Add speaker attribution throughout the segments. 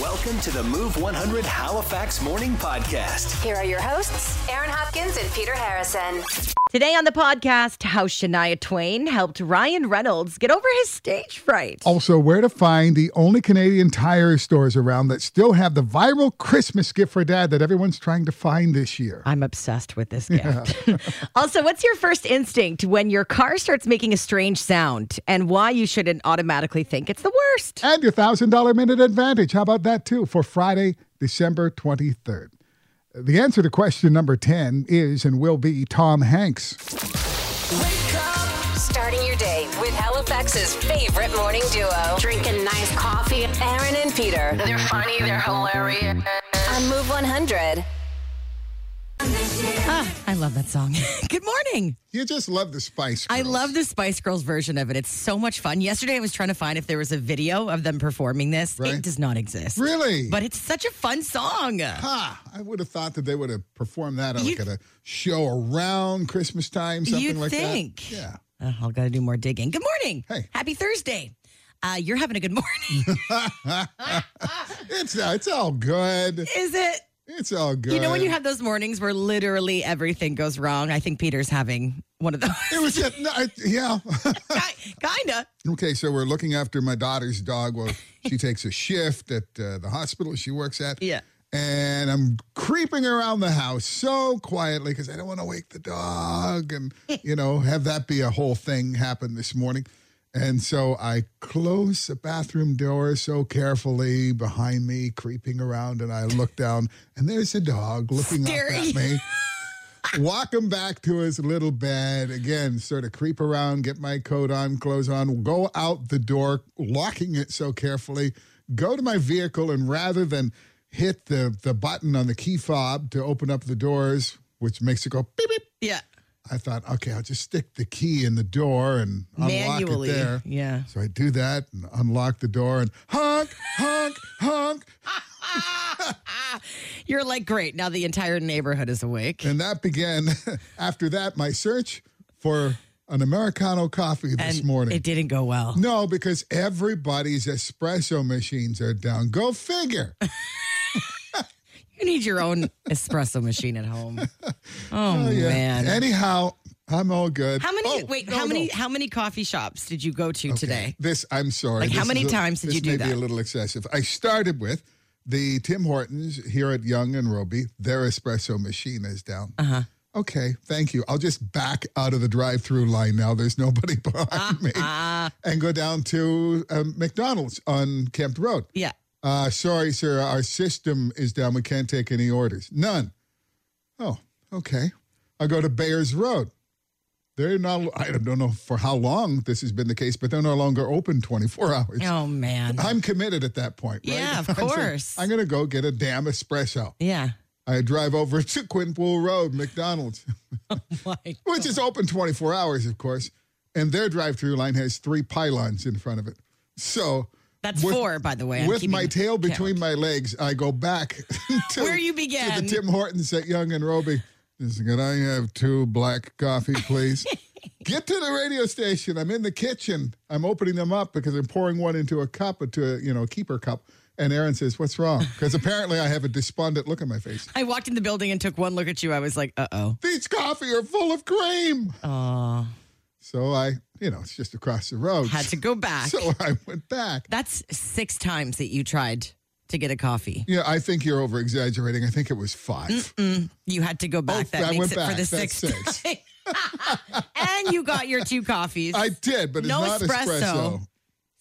Speaker 1: Welcome to the Move 100 Halifax Morning Podcast.
Speaker 2: Here are your hosts, Aaron Hopkins and Peter Harrison.
Speaker 3: Today on the podcast, how Shania Twain helped Ryan Reynolds get over his stage fright.
Speaker 4: Also, where to find the only Canadian tire stores around that still have the viral Christmas gift for dad that everyone's trying to find this year.
Speaker 3: I'm obsessed with this gift. also, what's your first instinct when your car starts making a strange sound and why you shouldn't automatically think it's the worst?
Speaker 4: And your $1,000 minute advantage. How about that, too, for Friday, December 23rd? The answer to question number 10 is and will be Tom Hanks.
Speaker 2: Starting your day with Halifax's favorite morning duo. Drinking nice coffee. Aaron and Peter. They're funny, they're hilarious. On Move 100.
Speaker 3: Ah, I love that song. Good morning.
Speaker 4: You just love the Spice
Speaker 3: I
Speaker 4: Girls.
Speaker 3: love the Spice Girls version of it. It's so much fun. Yesterday, I was trying to find if there was a video of them performing this. It
Speaker 4: Right.
Speaker 3: does not exist.
Speaker 4: Really?
Speaker 3: But it's such a fun song.
Speaker 4: Ah, I would have thought that they would have performed that
Speaker 3: You-
Speaker 4: like at a show around Christmas time, something
Speaker 3: You'd
Speaker 4: like
Speaker 3: think.
Speaker 4: that. Yeah.
Speaker 3: Uh, I'll gotta do more digging. Good morning.
Speaker 4: Hey.
Speaker 3: Happy Thursday. Uh, you're having a good morning,
Speaker 4: It's uh, it's all good.
Speaker 3: is it?
Speaker 4: It's all good.
Speaker 3: You know when you have those mornings where literally everything goes wrong. I think Peter's having one of those.
Speaker 4: it was just, no, I, yeah.
Speaker 3: Ki- Kinda.
Speaker 4: Okay, so we're looking after my daughter's dog. Well, she takes a shift at uh, the hospital she works at.
Speaker 3: Yeah.
Speaker 4: And I'm creeping around the house so quietly because I don't want to wake the dog and, you know, have that be a whole thing happen this morning. And so I close the bathroom door so carefully behind me, creeping around, and I look down, and there's a dog looking
Speaker 3: Scary.
Speaker 4: up at me walk him back to his little bed again sort of creep around get my coat on clothes on go out the door locking it so carefully go to my vehicle and rather than hit the the button on the key fob to open up the doors which makes it go beep beep
Speaker 3: Yeah.
Speaker 4: i thought okay i'll just stick the key in the door and unlock
Speaker 3: Manually.
Speaker 4: it there
Speaker 3: Yeah.
Speaker 4: so i do that and unlock the door and honk honk honk
Speaker 3: You're like, great. Now the entire neighborhood is awake.
Speaker 4: And that began after that my search for an Americano coffee this
Speaker 3: And
Speaker 4: morning.
Speaker 3: It didn't go well.
Speaker 4: no, because everybody's espresso machines are down. Go figure.
Speaker 3: You need your own espresso machine at home. Oh, man.
Speaker 4: Anyhow, I'm all good.
Speaker 3: how many
Speaker 4: Oh,
Speaker 3: wait,
Speaker 4: no,
Speaker 3: how
Speaker 4: no.
Speaker 3: many how many coffee shops did you go to today?
Speaker 4: This I'm sorry.
Speaker 3: Like, how
Speaker 4: This
Speaker 3: many
Speaker 4: is a-
Speaker 3: times did
Speaker 4: this
Speaker 3: you do
Speaker 4: may Be
Speaker 3: that?
Speaker 4: a little excessive. I started with the Tim Hortons here at Young and Roby. Their espresso machine is down. Uh
Speaker 3: Uh-huh.
Speaker 4: huh. Okay, thank you. I'll just back out of the drive-through line now. There's nobody behind me,
Speaker 3: Uh-huh.
Speaker 4: and go down to um, McDonald's on Kemp Road.
Speaker 3: Yeah.
Speaker 4: Uh, sorry, sir, our system is down. We can't take any orders. None. Oh, okay. I go to Bayers Road. They're not, I don't know for how long this has been the case, but they're no longer open 24 hours.
Speaker 3: Oh man.
Speaker 4: I'm committed at that point, right?
Speaker 3: Yeah, of
Speaker 4: I'm saying,
Speaker 3: course.
Speaker 4: I'm, going to go get a damn espresso.
Speaker 3: yeah.
Speaker 4: I drive over to Quinpool Road, McDonald's,
Speaker 3: Like
Speaker 4: which is open 24 hours, of course. And their drive through line has three pylons in front of it. So
Speaker 3: that's
Speaker 4: with-
Speaker 3: four, by the way. I'm
Speaker 4: with
Speaker 3: keeping
Speaker 4: my tail
Speaker 3: count.
Speaker 4: between my legs, I go back to
Speaker 3: Where you
Speaker 4: to
Speaker 3: began.
Speaker 4: the Tim Hortons at Young and Roby. Just, Can I have two black coffee, please? Get to the radio station. I'm in the kitchen. I'm opening them up because I'm pouring one into a cup, into a you know keeper cup. And Aaron says, "What's wrong?" Because apparently I have a despondent look on my face.
Speaker 3: I walked in the building and took one look at you. I was like, uh oh.
Speaker 4: These coffee are full of cream.
Speaker 3: Oh.
Speaker 4: So I, you know, it's just across the road.
Speaker 3: Had to go back.
Speaker 4: So I went back.
Speaker 3: That's six times that you tried to get a coffee.
Speaker 4: Yeah, I think you're over exaggerating. I think it was 5
Speaker 3: You had to go back. that
Speaker 4: Oh, I
Speaker 3: makes
Speaker 4: went
Speaker 3: it for
Speaker 4: back.
Speaker 3: the
Speaker 4: That's
Speaker 3: sixth
Speaker 4: six.
Speaker 3: time. and you got your two coffees.
Speaker 4: I did, but it's
Speaker 3: No
Speaker 4: not
Speaker 3: espresso.
Speaker 4: espresso.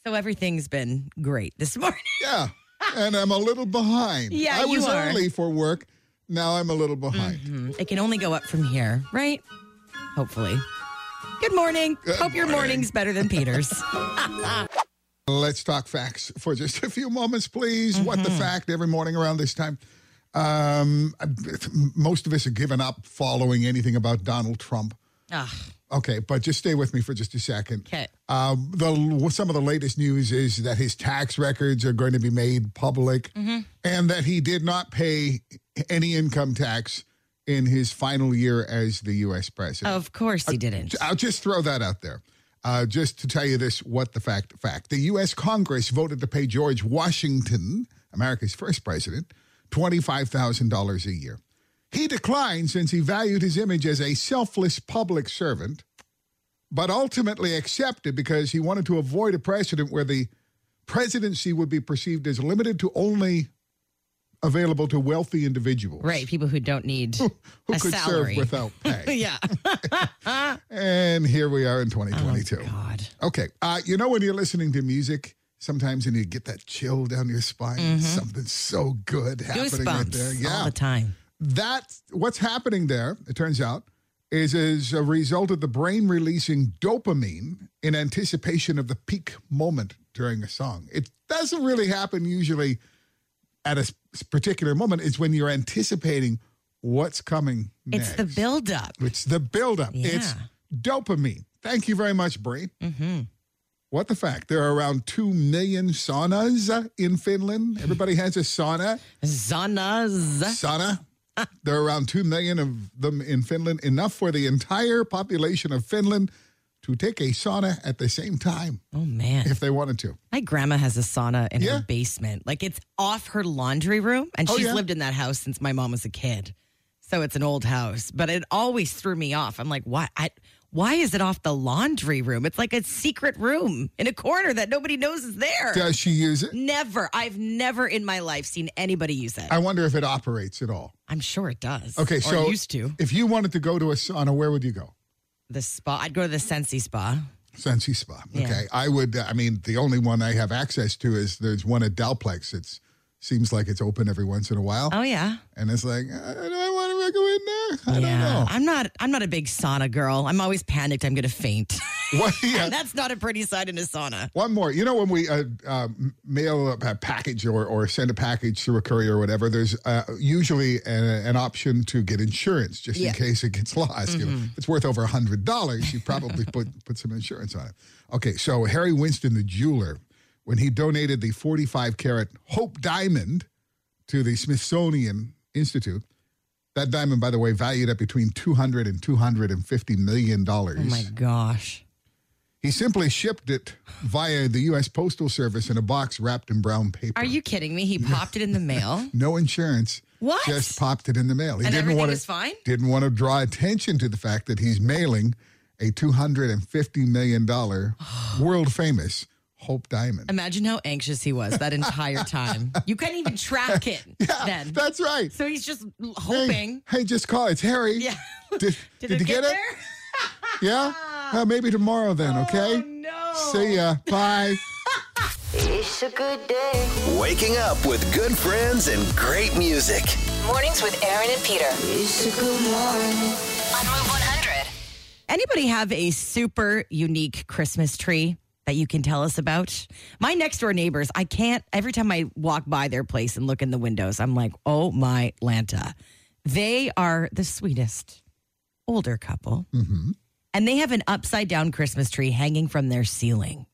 Speaker 3: so everything's been great this morning.
Speaker 4: Yeah. And I'm a little behind.
Speaker 3: Yeah,
Speaker 4: I
Speaker 3: you
Speaker 4: was
Speaker 3: are. Mm-hmm.
Speaker 4: early for work. Now I'm a little behind.
Speaker 3: It can only go up from here, right? Hopefully. Good morning. Hope your
Speaker 4: morning.
Speaker 3: morning's better than Peter's.
Speaker 4: Let's talk facts for just a few moments, please. What
Speaker 3: Mm-hmm.
Speaker 4: the fact every morning around this time? Um, I- most of us have given up following anything about Donald Trump.
Speaker 3: Ugh.
Speaker 4: Okay, but just stay with me for just a second.
Speaker 3: 'Kay.
Speaker 4: Um, the some of the latest news is that his tax records are going to be made public, and that he did not pay any income tax in his final year as the U.S. president.
Speaker 3: Of course he didn't.
Speaker 4: I'll just throw that out there. Uh, just to tell you this, what the fact fact. The U.S. Congress voted to pay George Washington America's first president, $25,000 a year. He declined since he valued his image as a selfless public servant, but ultimately accepted because he wanted to avoid a precedent where the presidency would be perceived as limited to only available to wealthy individuals.
Speaker 3: Right, people who don't need
Speaker 4: Who
Speaker 3: a
Speaker 4: could
Speaker 3: salary.
Speaker 4: serve without pay.
Speaker 3: yeah.
Speaker 4: And here we are in 2022.
Speaker 3: Oh, God.
Speaker 4: Okay. Uh, you know, when you're listening to music, sometimes and you get that chill down your spine, something so good happening right there.
Speaker 3: Mm-hmm. Goosebumps
Speaker 4: Yeah.
Speaker 3: all the time.
Speaker 4: That's what's happening there, it turns out, is as a result of the brain releasing dopamine in anticipation of the peak moment during a song. It doesn't really happen usually at a s- particular moment, it's when you're anticipating what's coming next.
Speaker 3: It's the buildup.
Speaker 4: It's the buildup. It's
Speaker 3: Yeah.
Speaker 4: dopamine. Thank you very much, Brie. Mm-hmm. What the fact? There are around 2 million saunas in Finland. Everybody has a sauna.
Speaker 3: Zanas.
Speaker 4: Sauna. There are around 2 million of them in Finland, enough for the entire population of Finland to take a sauna at the same time
Speaker 3: Oh man.
Speaker 4: if they wanted to.
Speaker 3: My grandma has a sauna in
Speaker 4: Yeah.
Speaker 3: her basement. Like it's off her laundry room, and
Speaker 4: Oh,
Speaker 3: she's
Speaker 4: yeah.
Speaker 3: lived in that house since my mom was a kid. So it's an old house, but it always threw me off. I'm like, why? I, why is it off the laundry room? It's like a secret room in a corner that nobody knows is there.
Speaker 4: Does she use it?
Speaker 3: Never. I've never in my life seen anybody use it.
Speaker 4: I wonder if it operates at all.
Speaker 3: I'm sure it does.
Speaker 4: Okay,
Speaker 3: or
Speaker 4: so
Speaker 3: used to
Speaker 4: if you wanted to go to a sauna, where would you go?
Speaker 3: the spa. I'd go to the Sensi Spa.
Speaker 4: Sensi Spa.
Speaker 3: Yeah.
Speaker 4: Okay. I would, uh, I mean, the only one I have access to is there's one at Dalplex. It's seems like it's open every once in a while.
Speaker 3: Oh yeah.
Speaker 4: And it's like, uh, do I want to go in there? I don't know.
Speaker 3: I'm not. I'm not a big sauna girl. I'm always panicked. I'm gonna faint.
Speaker 4: What, yeah.
Speaker 3: That's not a pretty sight in a sauna.
Speaker 4: One more. You know, when we uh, uh, m- mail a- a package or, or send a package through a courier or whatever, there's uh, usually a, an option to get insurance just in case it gets lost. You
Speaker 3: Mm-hmm.
Speaker 4: know, if it's worth over $100. You probably put, put some insurance on it. Okay, so Harry Winston, the jeweler, when he donated the 45 carat Hope Diamond to the Smithsonian Institute, that diamond, by the way, valued at between 200 and 250 million dollars.
Speaker 3: Oh my gosh.
Speaker 4: He simply shipped it via the U.S. Postal Service in a box wrapped in brown paper.
Speaker 3: Are you kidding me? He popped it in the mail.
Speaker 4: No insurance.
Speaker 3: What?
Speaker 4: Just popped it in the mail. He
Speaker 3: And everything
Speaker 4: wanna,
Speaker 3: was fine?
Speaker 4: Didn't want to draw attention to the fact that he's mailing a two hundred and fifty million dollar world famous Hope Diamond.
Speaker 3: Imagine how anxious he was that entire time. You couldn't even track it then.
Speaker 4: That's right.
Speaker 3: so he's just l-
Speaker 4: Hey,
Speaker 3: hoping.
Speaker 4: Hey, just call. It's Harry.
Speaker 3: Yeah.
Speaker 4: Did,
Speaker 3: Did,
Speaker 4: did
Speaker 3: it
Speaker 4: you
Speaker 3: get
Speaker 4: get it?
Speaker 3: there? Ah.
Speaker 4: Yeah. Uh, maybe tomorrow then. Okay.
Speaker 3: Oh, no.
Speaker 4: See ya. Bye.
Speaker 5: It's a good day.
Speaker 1: Waking up with good friends and great music.
Speaker 2: Mornings with Aaron and Peter
Speaker 5: It's a good morning.
Speaker 2: on Move 100.
Speaker 3: Anybody have a super unique Christmas tree that you can tell us about? My next door neighbors, I can't, every time I walk by their place and look in the windows, I'm like, oh my Lanta. They are the sweetest older couple. And they have an upside down Christmas tree hanging from their ceiling.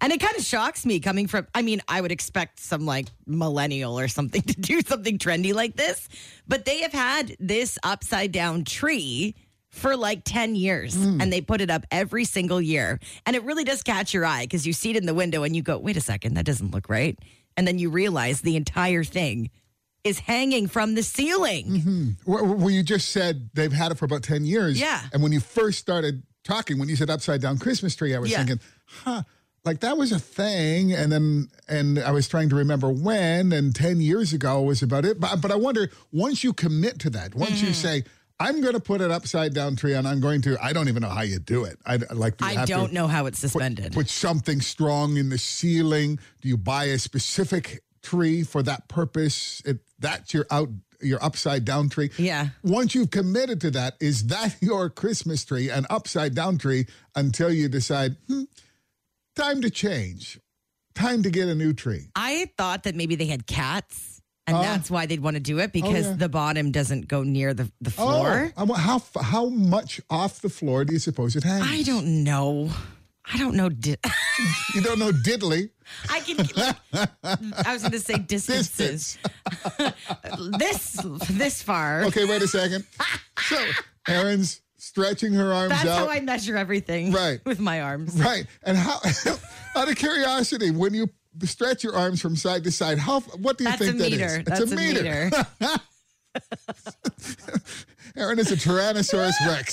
Speaker 3: And it kind of shocks me coming from, I mean, I would expect some like millennial or something to do something trendy like this, but they have had this upside down tree for like 10 years
Speaker 4: Mm.
Speaker 3: and they put it up every single year. And it really does catch your eye because you see it in the window and you go, wait a second, that doesn't look right. And then you realize the entire thing is hanging from the ceiling.
Speaker 4: Mm-hmm. Well, well, you just said they've had it for about 10 years.
Speaker 3: Yeah.
Speaker 4: And when you first started talking, when you said upside down Christmas tree, I was
Speaker 3: Yeah.
Speaker 4: thinking, huh, like that was a thing. And then, and I was trying to remember when, and 10 years ago was about it. But, but I wonder, once you commit to that, once
Speaker 3: Mm-hmm.
Speaker 4: you say, I'm going to put an upside down tree and I'm going to, I don't even know how you do it. I like, do you
Speaker 3: I
Speaker 4: have to-
Speaker 3: don't know how it's suspended.
Speaker 4: Put something strong in the ceiling. Do you buy a specific tree for that purpose? If that's your out your upside down tree.
Speaker 3: Yeah.
Speaker 4: Once you've committed to that, is that your Christmas tree, an upside down tree, until you decide, hmm, time to change. Time to get a new tree.
Speaker 3: I thought that maybe they had cats and
Speaker 4: Oh.
Speaker 3: that's why they'd want to do it because
Speaker 4: yeah.
Speaker 3: the bottom doesn't go near the, the floor.
Speaker 4: Oh, I wa- how f- how much off the floor do you suppose it hangs?
Speaker 3: I don't know. I don't know. Di-
Speaker 4: You don't know diddly.
Speaker 3: I can. I was going to say distances. this this far.
Speaker 4: Okay, wait a second. so, Erin's stretching her arms
Speaker 3: That's
Speaker 4: out.
Speaker 3: how I measure everything.
Speaker 4: Right.
Speaker 3: With my arms.
Speaker 4: Right. And how, out of curiosity, when you stretch your arms from side to side. How? What do you
Speaker 3: That's a
Speaker 4: think that is?
Speaker 3: meter.
Speaker 4: It's
Speaker 3: That's a meter.
Speaker 4: Aaron is a Tyrannosaurus Rex.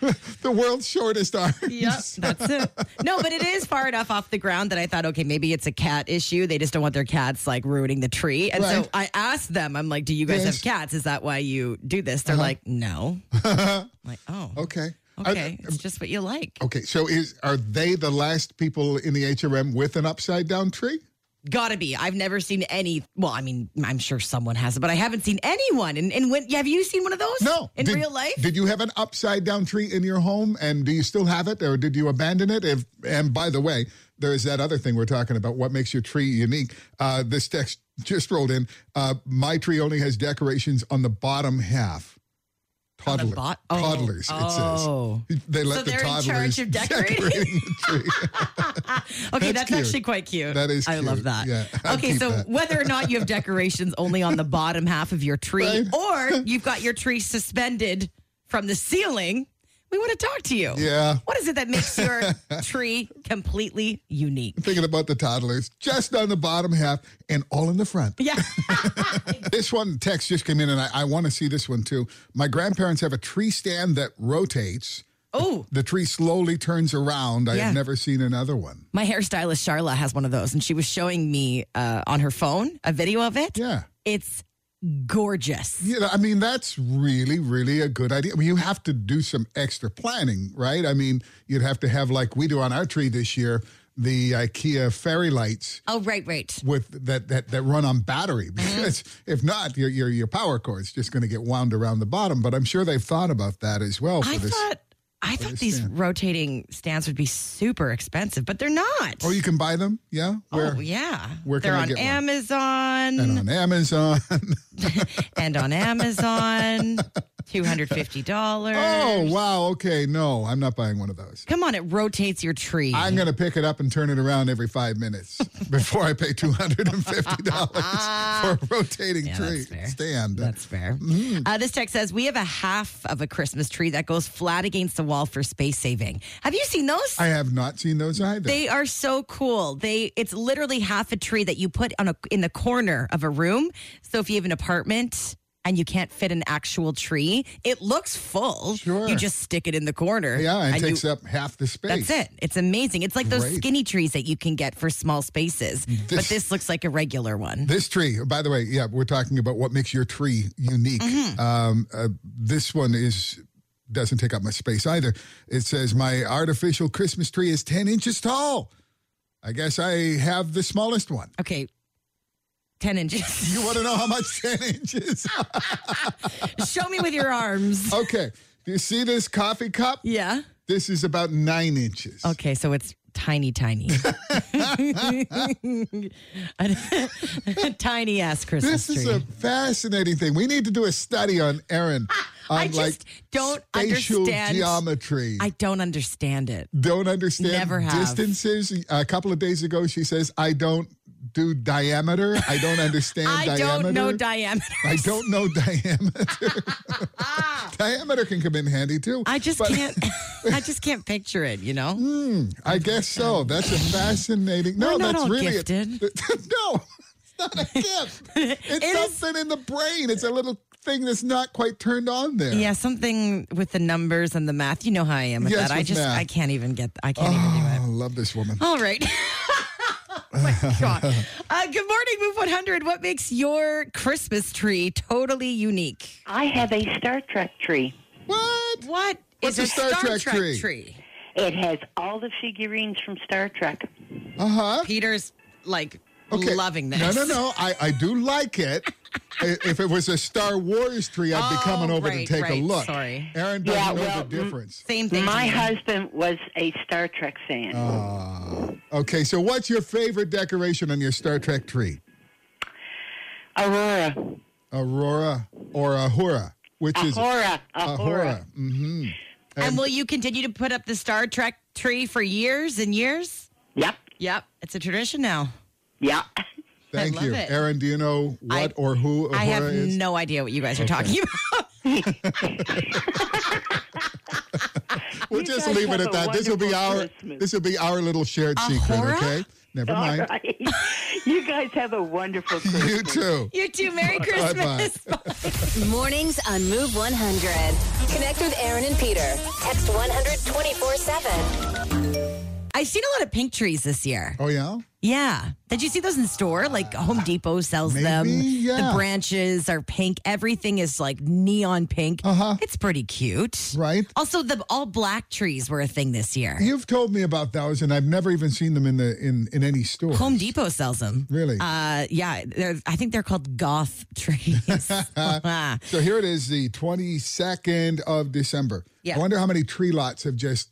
Speaker 4: the world's shortest arms.
Speaker 3: Yep, that's it. No, but it is far enough off the ground that I thought, okay, maybe it's a cat issue. They just don't want their cats like ruining the tree. And
Speaker 4: Right.
Speaker 3: so I asked them, I'm like, do you guys
Speaker 4: Yes. Uh-huh.
Speaker 3: have cats? Is that why you do this? They're like, no. I'm like, oh, okay.
Speaker 4: Okay. Are-
Speaker 3: okay. It's just what you like.
Speaker 4: okay. So is are they the last people in the HRM with an upside down tree?
Speaker 3: Gotta be. I've never seen any. Well, I mean, I'm sure someone has it, but I haven't seen anyone. And, and when have you seen one of those?
Speaker 4: No.
Speaker 3: In
Speaker 4: Did-
Speaker 3: real life?
Speaker 4: Did you have an upside down tree in your home and do you still have it or did you abandon it? If and by the way, there's that other thing we're talking about. What makes your tree unique? Uh, this text just rolled in. Uh, my tree only has decorations on the bottom half.
Speaker 3: On the
Speaker 4: Toddler,
Speaker 3: bot- oh.
Speaker 4: toddlers,
Speaker 3: Oh.
Speaker 4: it says. They let
Speaker 3: So
Speaker 4: the
Speaker 3: they're in
Speaker 4: toddlers
Speaker 3: charge of decorating?
Speaker 4: decorate the tree.
Speaker 3: Okay,
Speaker 4: That's
Speaker 3: that's,
Speaker 4: cute.
Speaker 3: actually quite cute.
Speaker 4: That is
Speaker 3: I love
Speaker 4: cute.
Speaker 3: that.
Speaker 4: Yeah, I'll
Speaker 3: okay,
Speaker 4: keep
Speaker 3: so
Speaker 4: that.
Speaker 3: whether or not you have decorations only on the bottom half of your tree,
Speaker 4: Right.
Speaker 3: or you've got your tree suspended from the ceiling, we want to talk to you.
Speaker 4: Yeah.
Speaker 3: What is it that makes your tree completely unique?
Speaker 4: Thinking about the toddlers, just on the bottom half and all in the front.
Speaker 3: Yeah.
Speaker 4: This one text just came in, and I, I want to see this one too. My grandparents have a tree stand that rotates.
Speaker 3: Oh,
Speaker 4: The tree slowly turns around. I
Speaker 3: Yeah.
Speaker 4: have never seen another one.
Speaker 3: my hairstylist Charla has one of those, and she was showing me uh, on her phone a video of it.
Speaker 4: Yeah.
Speaker 3: It's gorgeous.
Speaker 4: Yeah, I mean that's really, really a good idea. I mean, you have to do some extra planning, right? I mean, you'd have to have like we do on our tree this year, the IKEA fairy lights
Speaker 3: Oh, right, right.
Speaker 4: with that that, that run on battery.
Speaker 3: Mm-hmm.
Speaker 4: Because if not, your your your power cord's just going to get wound around the bottom. But I'm sure they've thought about that as well. For
Speaker 3: I
Speaker 4: this.
Speaker 3: thought I thought
Speaker 4: this
Speaker 3: these
Speaker 4: stand.
Speaker 3: rotating stands would be super expensive, but they're not.
Speaker 4: oh, you can buy them, yeah. Where
Speaker 3: Oh, yeah.
Speaker 4: where can
Speaker 3: they're
Speaker 4: I
Speaker 3: on
Speaker 4: get one?
Speaker 3: Amazon
Speaker 4: and on Amazon.
Speaker 3: and on Amazon, two hundred fifty dollars.
Speaker 4: oh, wow. Okay. No, I'm not buying one of those.
Speaker 3: Come on, it rotates your tree.
Speaker 4: I'm going to pick it up and turn it around every five minutes before I pay $250 for a rotating
Speaker 3: Yeah,
Speaker 4: tree
Speaker 3: that's fair.
Speaker 4: stand.
Speaker 3: That's fair.
Speaker 4: Mm-hmm.
Speaker 3: Uh, this text says we have a half of a Christmas tree that goes flat against the wall for space saving. Have you seen those?
Speaker 4: I have not seen those either.
Speaker 3: They are so cool. They it's literally half a tree that you put on a in the corner of a room. So if you have an apartment and you can't fit an actual tree, it looks full.
Speaker 4: Sure.
Speaker 3: You just stick it in the corner.
Speaker 4: yeah, it takes
Speaker 3: you,
Speaker 4: up half the space.
Speaker 3: That's it. It's amazing. It's like those
Speaker 4: Great.
Speaker 3: skinny trees that you can get for small spaces. but this looks like a regular one.
Speaker 4: This tree, by the way, yeah, we're talking about what makes your tree unique.
Speaker 3: Mm-hmm.
Speaker 4: Um, uh, this one is doesn't take up much space either. It says my artificial Christmas tree is ten inches tall. I guess I have the smallest one.
Speaker 3: okay. 10 inches.
Speaker 4: You want to know how much 10 inches?
Speaker 3: Show me with your arms.
Speaker 4: okay. Do you see this coffee cup?
Speaker 3: Yeah.
Speaker 4: This is about nine inches.
Speaker 3: Okay, so it's tiny, tiny. tiny ass Christmas
Speaker 4: This is
Speaker 3: tree.
Speaker 4: a fascinating thing. We need to do a study on Aaron. On
Speaker 3: Ah, I just don't
Speaker 4: spatial
Speaker 3: understand-
Speaker 4: geometry.
Speaker 3: I don't understand it.
Speaker 4: don't understand
Speaker 3: Never have.
Speaker 4: distances. A couple of days ago, she says, "I don't do diameter. I don't understand
Speaker 3: I
Speaker 4: diameter.
Speaker 3: don't know diameter.
Speaker 4: I don't know diameter. diameter can come in handy too.
Speaker 3: I just
Speaker 4: but
Speaker 3: can't. I just can't picture it. You know.
Speaker 4: I guess so. That's a fascinating. No,
Speaker 3: We're not
Speaker 4: that's
Speaker 3: all
Speaker 4: really a-
Speaker 3: gifted.
Speaker 4: no, it's not a gift. It's
Speaker 3: It is-
Speaker 4: something in the brain. It's a little thing that's not quite turned on there.
Speaker 3: Yeah, something with the numbers and the math. You know how I am with
Speaker 4: Yes,
Speaker 3: that. I
Speaker 4: with
Speaker 3: just
Speaker 4: math.
Speaker 3: I can't even get. I can't even do it.
Speaker 4: I Ah, love this woman.
Speaker 3: All right. Oh my God. Uh, good morning, Move 100. What makes your Christmas tree totally unique?
Speaker 6: I have a Star Trek tree.
Speaker 4: What?
Speaker 3: What is
Speaker 4: What's a
Speaker 3: a
Speaker 4: Star
Speaker 3: Star,
Speaker 4: Trek
Speaker 3: Trek,
Speaker 4: tree?
Speaker 3: tree?
Speaker 6: It has all the figurines from Star Trek.
Speaker 4: Uh huh.
Speaker 3: Peter's like
Speaker 4: Okay.
Speaker 3: loving this.
Speaker 4: No, no, no. I, I do like it. I- if it was a Star Wars tree, I'd be
Speaker 3: Oh,
Speaker 4: coming over
Speaker 3: right,
Speaker 4: to take
Speaker 3: right.
Speaker 4: a look.
Speaker 3: Sorry. mm,
Speaker 4: Aaron doesn't
Speaker 6: Yeah,
Speaker 4: know
Speaker 6: well,
Speaker 4: the difference.
Speaker 3: Same thing.
Speaker 6: My
Speaker 3: Jimmy.
Speaker 6: husband was a Star Trek fan.
Speaker 4: Okay, so what's your favorite decoration on your Star Trek tree?
Speaker 6: Aurora.
Speaker 4: Aurora or Ahura? Which is it?
Speaker 6: Ahura. Ahura.
Speaker 4: Ahura. Mm-hmm.
Speaker 3: And will you continue to put up the Star Trek tree for years and years?
Speaker 6: Yep.
Speaker 3: Yep, it's a tradition now.
Speaker 6: Yep.
Speaker 4: Thank
Speaker 3: love
Speaker 4: you,
Speaker 3: it.
Speaker 4: Aaron. Do you know what
Speaker 3: I-
Speaker 4: or who Ahura
Speaker 3: I have
Speaker 4: is?
Speaker 3: no idea what you guys are talking about.
Speaker 4: We'll
Speaker 6: You
Speaker 4: just
Speaker 6: guys
Speaker 4: leave
Speaker 6: have
Speaker 4: it at
Speaker 6: a
Speaker 4: that. This will be
Speaker 6: wonderful
Speaker 4: our
Speaker 6: Christmas.
Speaker 4: this will be our little shared secret,
Speaker 3: horror?
Speaker 4: okay? Never
Speaker 6: All
Speaker 4: mind.
Speaker 6: right. You guys have a wonderful Christmas.
Speaker 4: You too.
Speaker 3: You too. Merry
Speaker 4: Bye-bye.
Speaker 3: Christmas.
Speaker 2: Mornings on Move 100. Connect with Aaron and Peter. Text 124 7.
Speaker 3: I've seen a lot of pink trees this year.
Speaker 4: Oh yeah?
Speaker 3: Yeah. Did you see those in store? Like Home Depot sells them.
Speaker 4: maybe, yeah.
Speaker 3: The branches are pink. Everything is like neon pink.
Speaker 4: Uh-huh.
Speaker 3: It's pretty cute.
Speaker 4: Right?
Speaker 3: Also, the all black trees were a thing this year.
Speaker 4: You've told me about those and I've never even seen them in the in, in any store.
Speaker 3: Home Depot sells them.
Speaker 4: Really?
Speaker 3: Uh, yeah. They're, I think they're called goth trees. yeah.
Speaker 4: So here it is, the 22nd of December.
Speaker 3: Yeah.
Speaker 4: I wonder how many tree lots have just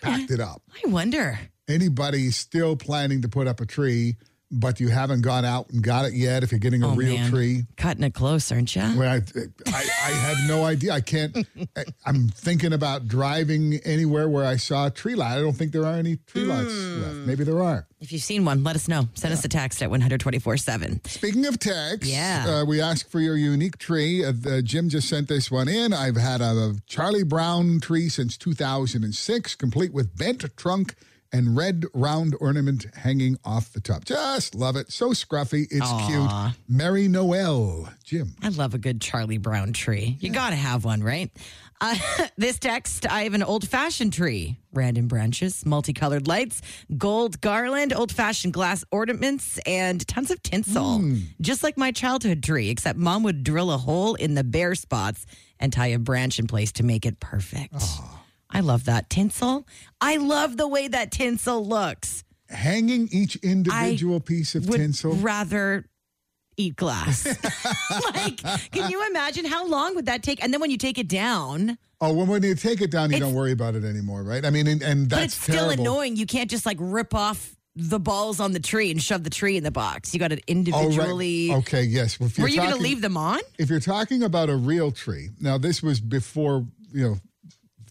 Speaker 4: packed it up.
Speaker 3: I wonder.
Speaker 4: Anybody still planning to put up a tree, but you haven't gone out and got it yet if you're getting a
Speaker 3: Oh,
Speaker 4: real
Speaker 3: man.
Speaker 4: tree?
Speaker 3: Cutting it close, aren't you?
Speaker 4: Well, I, I, I have no idea. I can't. I, I'm thinking about driving anywhere where I saw a tree lot. I don't think there are any tree lots
Speaker 3: Hmm.
Speaker 4: left. Maybe there are.
Speaker 3: If you've seen one, let us know. Send us a text at 124 7.
Speaker 4: Speaking of texts,
Speaker 3: Yeah.
Speaker 4: uh, we ask for your unique tree. Uh, the, Jim just sent this one in. I've had a Charlie Brown tree since 2006, complete with bent trunk and red round ornament hanging off the top. Just love it. So scruffy. It's cute. Mary Noel, Jim.
Speaker 3: I love a good Charlie Brown tree. You got to have one, right? Uh, this text I have an old fashioned tree, random branches, multicolored lights, gold garland, old fashioned glass ornaments, and tons of tinsel. Just like my childhood tree, except mom would drill a hole in the bare spots and tie a branch in place to make it perfect. I love that tinsel. I love the way that tinsel looks.
Speaker 4: Hanging each individual piece of
Speaker 3: would
Speaker 4: tinsel.
Speaker 3: rather eat glass. like, can you imagine how long would that take? And then when you take it down,
Speaker 4: Oh, well, when you take it down, you don't worry about it anymore, right? I mean, and, and
Speaker 3: but
Speaker 4: that's
Speaker 3: it's still
Speaker 4: terrible.
Speaker 3: annoying. You can't just like rip off the balls on the tree and shove the tree in the box. You got to
Speaker 4: Oh, right.
Speaker 3: individually.
Speaker 4: Okay, yes. Well, if
Speaker 3: Were
Speaker 4: you're
Speaker 3: you going to
Speaker 4: talking-
Speaker 3: leave them on?
Speaker 4: If you're talking about a real tree, now this was before you know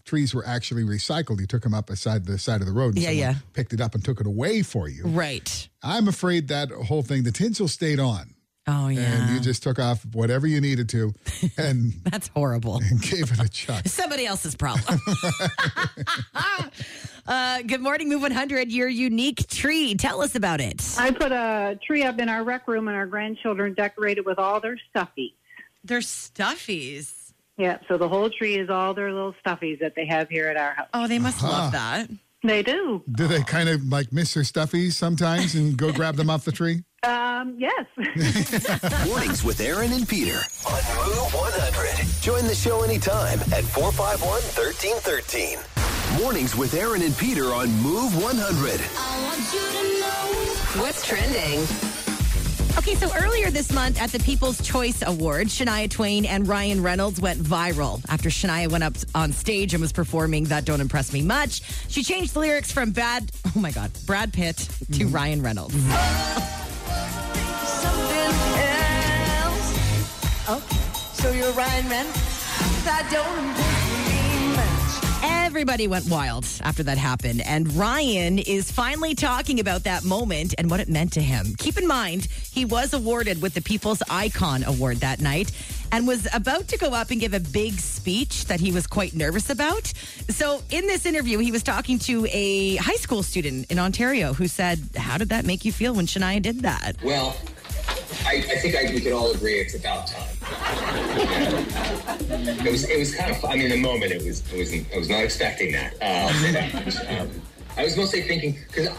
Speaker 4: trees were actually recycled. You took them up beside the side of the road. And
Speaker 3: Yeah,
Speaker 4: someone
Speaker 3: yeah.
Speaker 4: Picked it up and took it away for you.
Speaker 3: Right.
Speaker 4: I'm afraid that whole thing, the tinsel stayed on,
Speaker 3: Oh
Speaker 4: and
Speaker 3: yeah,
Speaker 4: you just took off whatever you needed to, and
Speaker 3: that's horrible.
Speaker 4: gave it a chuck.
Speaker 3: Somebody else's problem. uh, good morning, Move 100. Your unique tree. Tell us about it.
Speaker 7: I put a tree up in our rec room, and our grandchildren decorated with all their stuffies.
Speaker 3: They're stuffies.
Speaker 7: Yeah, so the whole tree is all their little stuffies that they have here at our house.
Speaker 3: Oh, they must love
Speaker 4: Uh-huh.
Speaker 3: that.
Speaker 7: They do.
Speaker 4: Do they kind of like miss their stuffies sometimes and go grab them off the tree?
Speaker 7: Um, yes.
Speaker 1: Mornings with Aaron and Peter on Move 100. Join the show anytime at 451 1313. Mornings with Aaron and Peter on Move 100.
Speaker 2: What's trending?
Speaker 3: Okay, so earlier this month at the People's Choice Awards, Shania Twain and Ryan Reynolds went viral after Shania went up on stage and was performing That Don't Impress Me Much. She changed the lyrics from Bad, oh my God, Brad Pitt to Ryan Reynolds.
Speaker 8: So you're Ryan Reynolds? That don't mean much.
Speaker 3: Everybody went wild after that happened. And Ryan is finally talking about that moment and what it meant to him. Keep in mind, he was awarded with the People's Icon Award that night and was about to go up and give a big speech that he was quite nervous about. So, in this interview, he was talking to a high school student in Ontario who said, How did that make you feel when Shania did that?
Speaker 9: Well, I, I think I, we could all agree it's about time. it was it was kind of fun. I mean, in the moment it was it was I was not expecting that. Um, um, I was mostly thinking because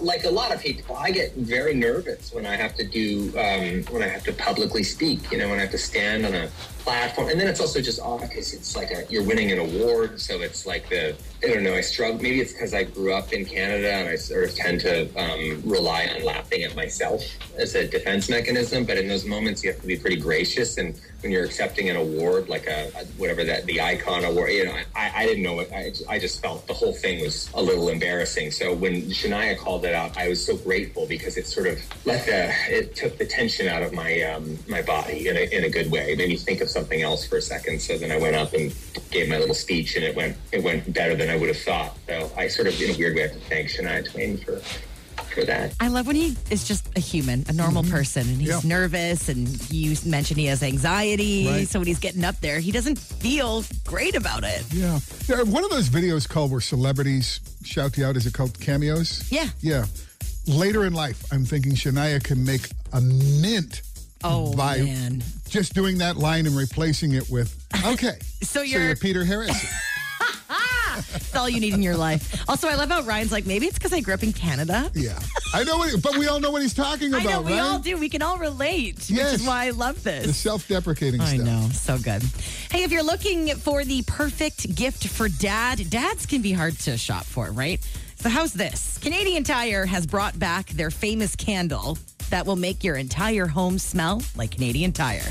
Speaker 9: like a lot of people, I get very nervous when I have to do um, when I have to publicly speak. You know, when I have to stand on a platform, and then it's also just odd because it's like a, you're winning an award, so it's like the I don't know. I struggle. Maybe it's because I grew up in Canada and I sort of tend to um, rely on laughing at myself as a defense mechanism. But in those moments, you have to be pretty gracious. And when you're accepting an award, like a, a- whatever that the icon award, you know, I, I didn't know what I, I just felt the whole thing was a little embarrassing. So when Shania called it out, I was so grateful because it sort of let the it took the tension out of my um, my body in a, in a good way. It made me think of something else for a second. So then I went up and gave my little speech, and it went it went better than I would have thought. So I sort of in a weird way have to thank Shania Twain for. for for that.
Speaker 3: I love when he is just a human, a normal
Speaker 4: Mm-hmm.
Speaker 3: person, and he's
Speaker 9: Yeah.
Speaker 3: nervous. And you mentioned he has anxiety,
Speaker 4: Right.
Speaker 3: so when he's getting up there, he doesn't feel great about it.
Speaker 4: Yeah. yeah. One of those videos called where celebrities shout you out. Is it called cameos?
Speaker 3: Yeah.
Speaker 4: Yeah. Later in life, I'm thinking Shania can make a mint
Speaker 3: oh,
Speaker 4: by just doing that line and replacing it with, okay.
Speaker 3: So
Speaker 4: so
Speaker 3: you're-
Speaker 4: you're Peter Harris.
Speaker 3: That's all you need in your life. Also, I love how Ryan's like, maybe it's because I grew up in Canada.
Speaker 4: Yeah. I know what, he- but we all know what he's talking
Speaker 3: I
Speaker 4: about,
Speaker 3: know, we
Speaker 4: right?
Speaker 3: all do. We can all relate, which
Speaker 4: Yes.
Speaker 3: is why I love this.
Speaker 4: The self-deprecating
Speaker 3: I
Speaker 4: stuff.
Speaker 3: know. So good. Hey, if you're looking for the perfect gift for dad, dads can be hard to shop for, right? So, how's this? Canadian Tire has brought back their famous candle that will make your entire home smell like Canadian Tire.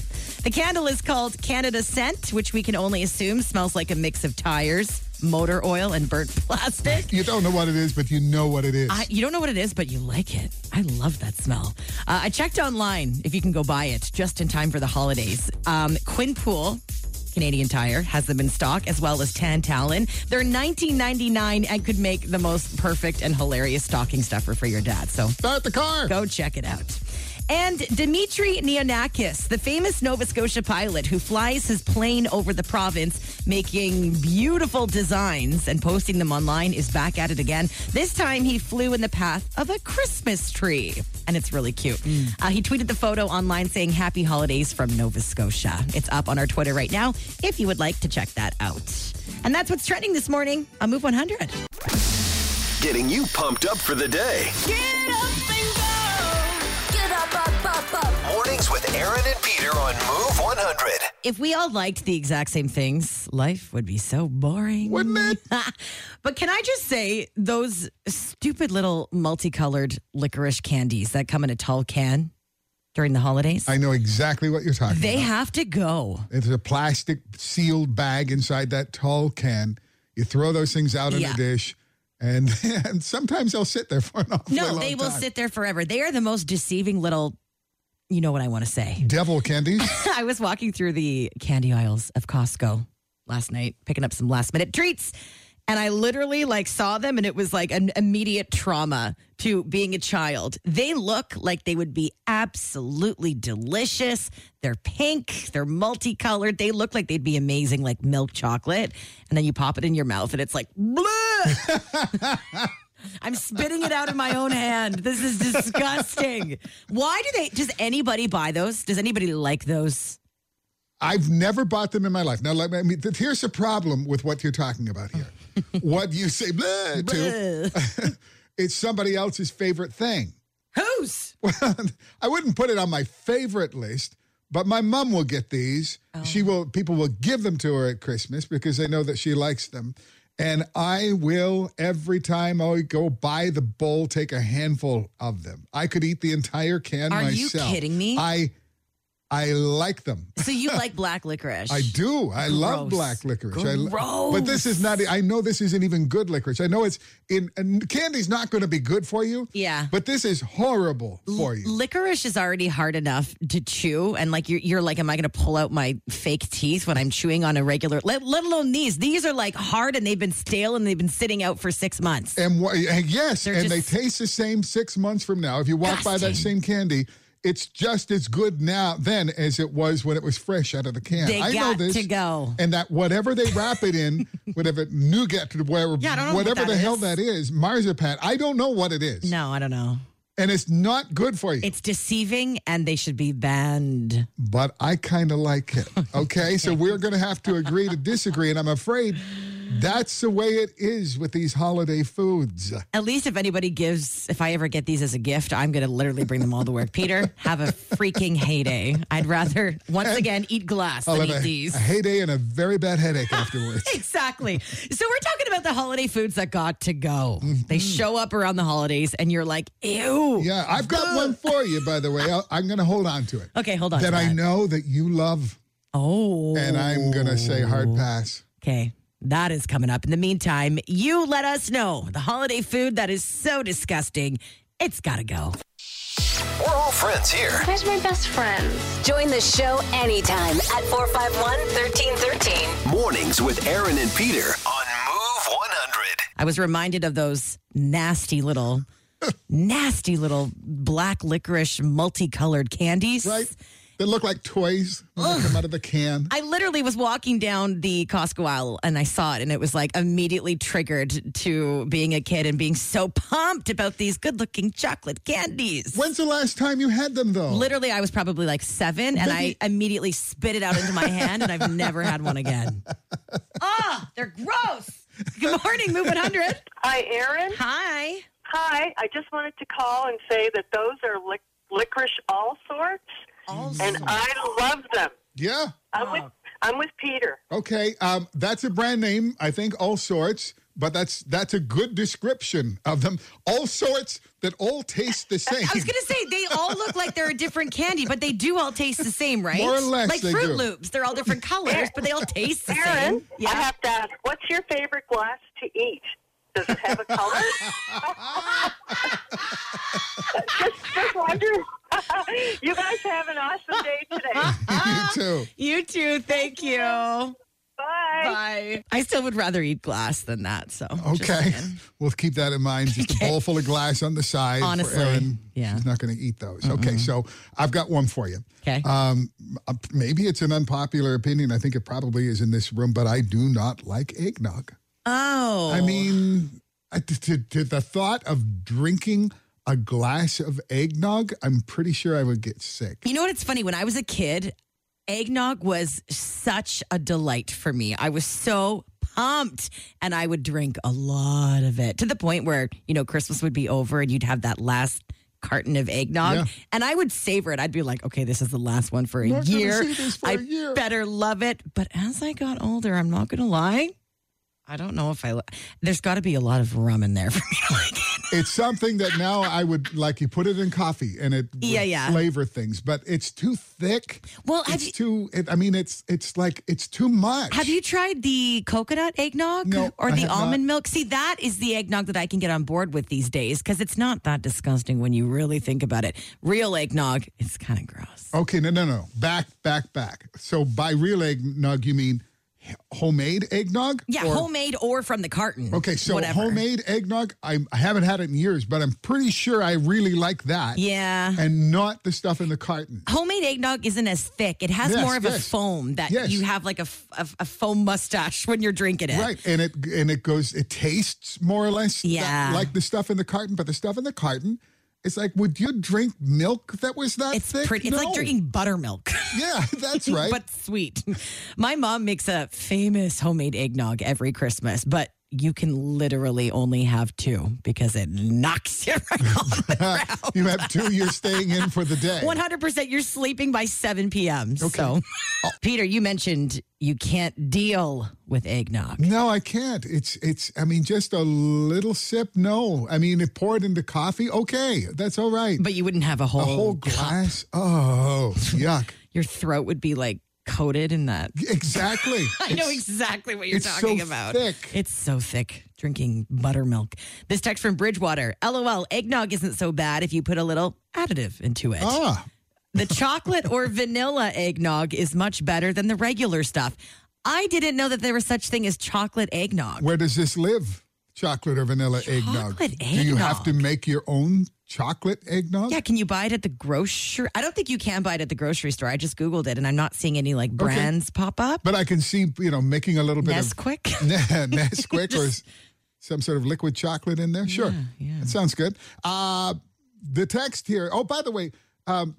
Speaker 3: The candle is called Canada Scent, which we can only assume smells like a mix of tires, motor oil, and burnt plastic.
Speaker 4: You don't know what it is, but you know what it is.
Speaker 3: I, you don't know what it is, but you like it. I love that smell. Uh, I checked online if you can go buy it just in time for the holidays. Um, Quinpool. Canadian Tire has them in stock as well as Tan Talon. They're $19.99 and could make the most perfect and hilarious stocking stuffer for your dad. So
Speaker 4: start the car.
Speaker 3: Go check it out. And Dimitri Neonakis, the famous Nova Scotia pilot who flies his plane over the province, making beautiful designs and posting them online, is back at it again. This time he flew in the path of a Christmas tree, and it's really cute. Uh, he tweeted the photo online saying, Happy Holidays from Nova Scotia. It's up on our Twitter right now if you would like to check that out. And that's what's trending this morning on Move 100.
Speaker 1: Getting you pumped up for the day.
Speaker 8: Get up and go. Get up, up, up, up.
Speaker 1: Mornings with Aaron and Peter on Move 100.
Speaker 3: If we all liked the exact same things, life would be so boring. Wouldn't it? but can I just say, those stupid little multicolored licorice candies that come in a tall can during the holidays,
Speaker 4: I know exactly what you're talking
Speaker 3: they
Speaker 4: about.
Speaker 3: have to go.
Speaker 4: It's a plastic sealed bag inside that tall can. You throw those things out in
Speaker 3: Yeah.
Speaker 4: a dish, and, and sometimes they'll sit there for an awfully
Speaker 3: No,
Speaker 4: long
Speaker 3: they will
Speaker 4: time.
Speaker 3: sit there forever. They are the most deceiving little, you know what I want to say.
Speaker 4: Devil candies.
Speaker 3: I was walking through the candy aisles of Costco last night, picking up some last minute treats. And I literally like saw them and it was like an immediate trauma to being a child. They look like they would be absolutely delicious. They're pink, they're multicolored. They look like they'd be amazing like milk chocolate. And then you pop it in your mouth and it's like, bleh. I'm spitting it out in my own hand. This is disgusting. Why do they does anybody buy those? Does anybody like those?
Speaker 4: I've never bought them in my life. Now, let me, I mean, th- here's the problem with what you're talking about here. what you say bleh to, it's somebody else's favorite thing.
Speaker 3: Whose?
Speaker 4: I wouldn't put it on my favorite list, but my mom will get these.
Speaker 3: Oh.
Speaker 4: She will. People will give them to her at Christmas because they know that she likes them. And I will every time I go buy the bowl, take a handful of them. I could eat the entire can
Speaker 3: Are you
Speaker 4: myself.
Speaker 3: kidding me?
Speaker 4: I I like them.
Speaker 3: So you like black licorice?
Speaker 4: I do. I love
Speaker 3: Gross.
Speaker 4: black licorice. I lo-
Speaker 3: Gross.
Speaker 4: but this is not. e, I know this isn't even good licorice. I know it's in. And candy's not going to be good for you.
Speaker 3: Yeah.
Speaker 4: But this is horrible for you.
Speaker 3: Licorice is already hard enough to chew, and like you're, you're like, am I going to pull out my fake teeth when I'm chewing on a regular? Let, let alone these. These are like hard, and they've been stale, and they've been sitting out for six months.
Speaker 4: And wha- and yes,
Speaker 3: They're
Speaker 4: and they
Speaker 3: just-
Speaker 4: taste the same six months from now. If you walk by that same candy, it's just as good now then as it was when it was fresh out of the can.
Speaker 3: They
Speaker 4: I
Speaker 3: got
Speaker 4: know this.
Speaker 3: to go.
Speaker 4: And that whatever they wrap it in, whatever nougat, whatever,
Speaker 3: Yeah, I don't know what that
Speaker 4: whatever the hell
Speaker 3: is.
Speaker 4: that is, marzipan. I don't know what it is,
Speaker 3: No, I don't know.
Speaker 4: and it's not good for you.
Speaker 3: It's deceiving, and they should be banned.
Speaker 4: but I kind of like it. Okay, so we're going to have to agree to disagree, and I'm afraid that's the way it is with these holiday foods.
Speaker 3: At least if anybody gives, if I ever get these as a gift, I'm going to literally bring them all to work. Peter, have a freaking heyday. I'd rather, once again, eat glass
Speaker 4: I'll
Speaker 3: than
Speaker 4: have
Speaker 3: eat
Speaker 4: a,
Speaker 3: these.
Speaker 4: a heyday and a very bad headache afterwards.
Speaker 3: Exactly. So we're talking about the holiday foods that got to go. They show up around the holidays, and you're like, ew.
Speaker 4: Mm-hmm. Yeah, I've got one for you, by the way. I'll, I'm going to hold on to it.
Speaker 3: Okay, hold on.
Speaker 4: that
Speaker 3: to
Speaker 4: I know that you love,
Speaker 3: Oh.
Speaker 4: and I'm going to say hard pass.
Speaker 3: Okay. That is coming up. In the meantime, you let us know the holiday food that is so disgusting. It's got to go.
Speaker 1: We're all friends here.
Speaker 2: Where's my best friends? Join the show anytime at 451 1313.
Speaker 1: Mornings with Aaron and Peter on Move 100.
Speaker 3: I was reminded of those nasty little nasty little black licorice multicolored candies.
Speaker 4: Right? They look like toys when they come out of the can.
Speaker 3: I literally was walking down the Costco aisle and I saw it, and it was like immediately triggered to being a kid and being so pumped about these good looking chocolate candies.
Speaker 4: When's the last time you had them, though?
Speaker 3: Literally, I was probably like seven, and I immediately spit it out into my hand, and I've never had one again. Ah, they're gross. Good morning, Move 100.
Speaker 10: Hi, Aaron.
Speaker 3: Hi.
Speaker 10: Hi. I just wanted to call and say that those are lic- licorice all sorts, and I love them.
Speaker 4: Yeah.
Speaker 10: I'm
Speaker 3: Ah.
Speaker 10: with I'm with Peter.
Speaker 4: Okay, um, that's a brand name, I think, all sorts. But that's that's a good description of them. All sorts that all taste the same.
Speaker 3: I was gonna say they all look like they're a different candy, but they do all taste the same, right?
Speaker 4: More or less,
Speaker 3: Like
Speaker 4: they
Speaker 3: Fruit
Speaker 4: do.
Speaker 3: Loops, they're all different colors, but they all taste the
Speaker 10: Aaron,
Speaker 3: same. Yeah.
Speaker 10: I have to ask, what's your favorite glass to eat? Does it have a color? just, just wondering. you guys have an awesome day today.
Speaker 4: you too.
Speaker 3: You too. Thank you. Bye. Bye. I still would rather eat glass than that. So just
Speaker 4: Okay,
Speaker 3: saying.
Speaker 4: we'll keep that in mind. Just a bowl full of glass on the side.
Speaker 3: Honestly,
Speaker 4: for Erin.
Speaker 3: yeah.
Speaker 4: she's not going to eat those. Okay, so I've got one for you.
Speaker 3: Okay.
Speaker 4: Um, uh, maybe it's an unpopular opinion. I think it probably is in this room, but I do not like eggnog.
Speaker 3: Oh.
Speaker 4: I mean, I- to, to, to the thought of drinking a glass of eggnog, I'm pretty sure I would get sick.
Speaker 3: You know what? It's funny. When I was a kid, eggnog was such a delight for me. I was so pumped and I would drink a lot of it to the point where, you know, Christmas would be over and you'd have that last carton of eggnog
Speaker 4: Yeah.
Speaker 3: and I would savor it. I'd be like, okay, this is the last one for a
Speaker 4: Not gonna
Speaker 3: year.
Speaker 4: see this for
Speaker 3: I
Speaker 4: a year.
Speaker 3: better love it. But as I got older, I'm not going to lie. I don't know if I. li- There's got to be a lot of rum in there for me to like it.
Speaker 4: It's something that now I would like. You put it in coffee, and it would
Speaker 3: Yeah, yeah.
Speaker 4: flavor things, but it's too thick.
Speaker 3: Well, have
Speaker 4: it's
Speaker 3: you-
Speaker 4: too. It, I mean, it's it's like it's too much.
Speaker 3: Have you tried the coconut eggnog
Speaker 4: No,
Speaker 3: or
Speaker 4: I
Speaker 3: the
Speaker 4: have not.
Speaker 3: almond milk? See, that is the eggnog that I can get on board with these days because it's not that disgusting when you really think about it. Real eggnog, it's kind of gross.
Speaker 4: Okay, no, no, no. Back, back, back. So by real eggnog, you mean homemade eggnog?
Speaker 3: Yeah,
Speaker 4: Or-
Speaker 3: homemade or from the carton.
Speaker 4: Okay, so
Speaker 3: whatever.
Speaker 4: homemade eggnog. I, I haven't had it in years, but I'm pretty sure I really like that.
Speaker 3: Yeah.
Speaker 4: and not the stuff in the carton.
Speaker 3: Homemade eggnog isn't as thick. It has
Speaker 4: Yes,
Speaker 3: more of a
Speaker 4: yes.
Speaker 3: foam that
Speaker 4: Yes.
Speaker 3: you have like a, f- a f- a foam mustache when you're drinking it.
Speaker 4: Right, and it and it goes. It tastes more or less that-
Speaker 3: Yeah.
Speaker 4: like the stuff in the carton, but the stuff in the carton, it's like, would you drink milk that was that
Speaker 3: It's
Speaker 4: thick?
Speaker 3: pretty. It's
Speaker 4: No.
Speaker 3: like drinking buttermilk.
Speaker 4: Yeah, that's right.
Speaker 3: but sweet. My mom makes a famous homemade eggnog every Christmas, but you can literally only have two because it knocks you right on the ground.
Speaker 4: you have two. You're staying in for the day.
Speaker 3: 100% you're sleeping by 7 p.m. So, Peter, you mentioned you can't deal with eggnog.
Speaker 4: No, I can't. It's it's. I mean, just a little sip. No, I mean, it poured into coffee. Okay, that's all right.
Speaker 3: But you wouldn't have a whole,
Speaker 4: a whole glass. Oh, yuck.
Speaker 3: Your throat would be like coated in that.
Speaker 4: Exactly.
Speaker 3: I know
Speaker 4: It's-
Speaker 3: exactly what you're
Speaker 4: it's so
Speaker 3: talking about.
Speaker 4: thick.
Speaker 3: It's so thick. Drinking buttermilk. This text from Bridgewater. LOL. Eggnog isn't so bad if you put a little additive into it.
Speaker 4: Ah,
Speaker 3: The chocolate or vanilla eggnog is much better than the regular stuff. I didn't know that there was such thing as chocolate eggnog.
Speaker 4: where does this live? Chocolate or vanilla eggnog?
Speaker 3: Chocolate
Speaker 4: Do you have to
Speaker 3: eggnog.
Speaker 4: make your own chocolate eggnog?
Speaker 3: Yeah, can you buy it at the grocery? I don't think you can buy it at the grocery store. I just googled it, and I'm not seeing any like brands pop up.
Speaker 4: But I can see, you know, making a little bit of
Speaker 3: Nesquik.
Speaker 4: Nesquik or s- some sort of liquid chocolate in there. Sure. That sounds good. Uh, the text here. Oh, by the way, um,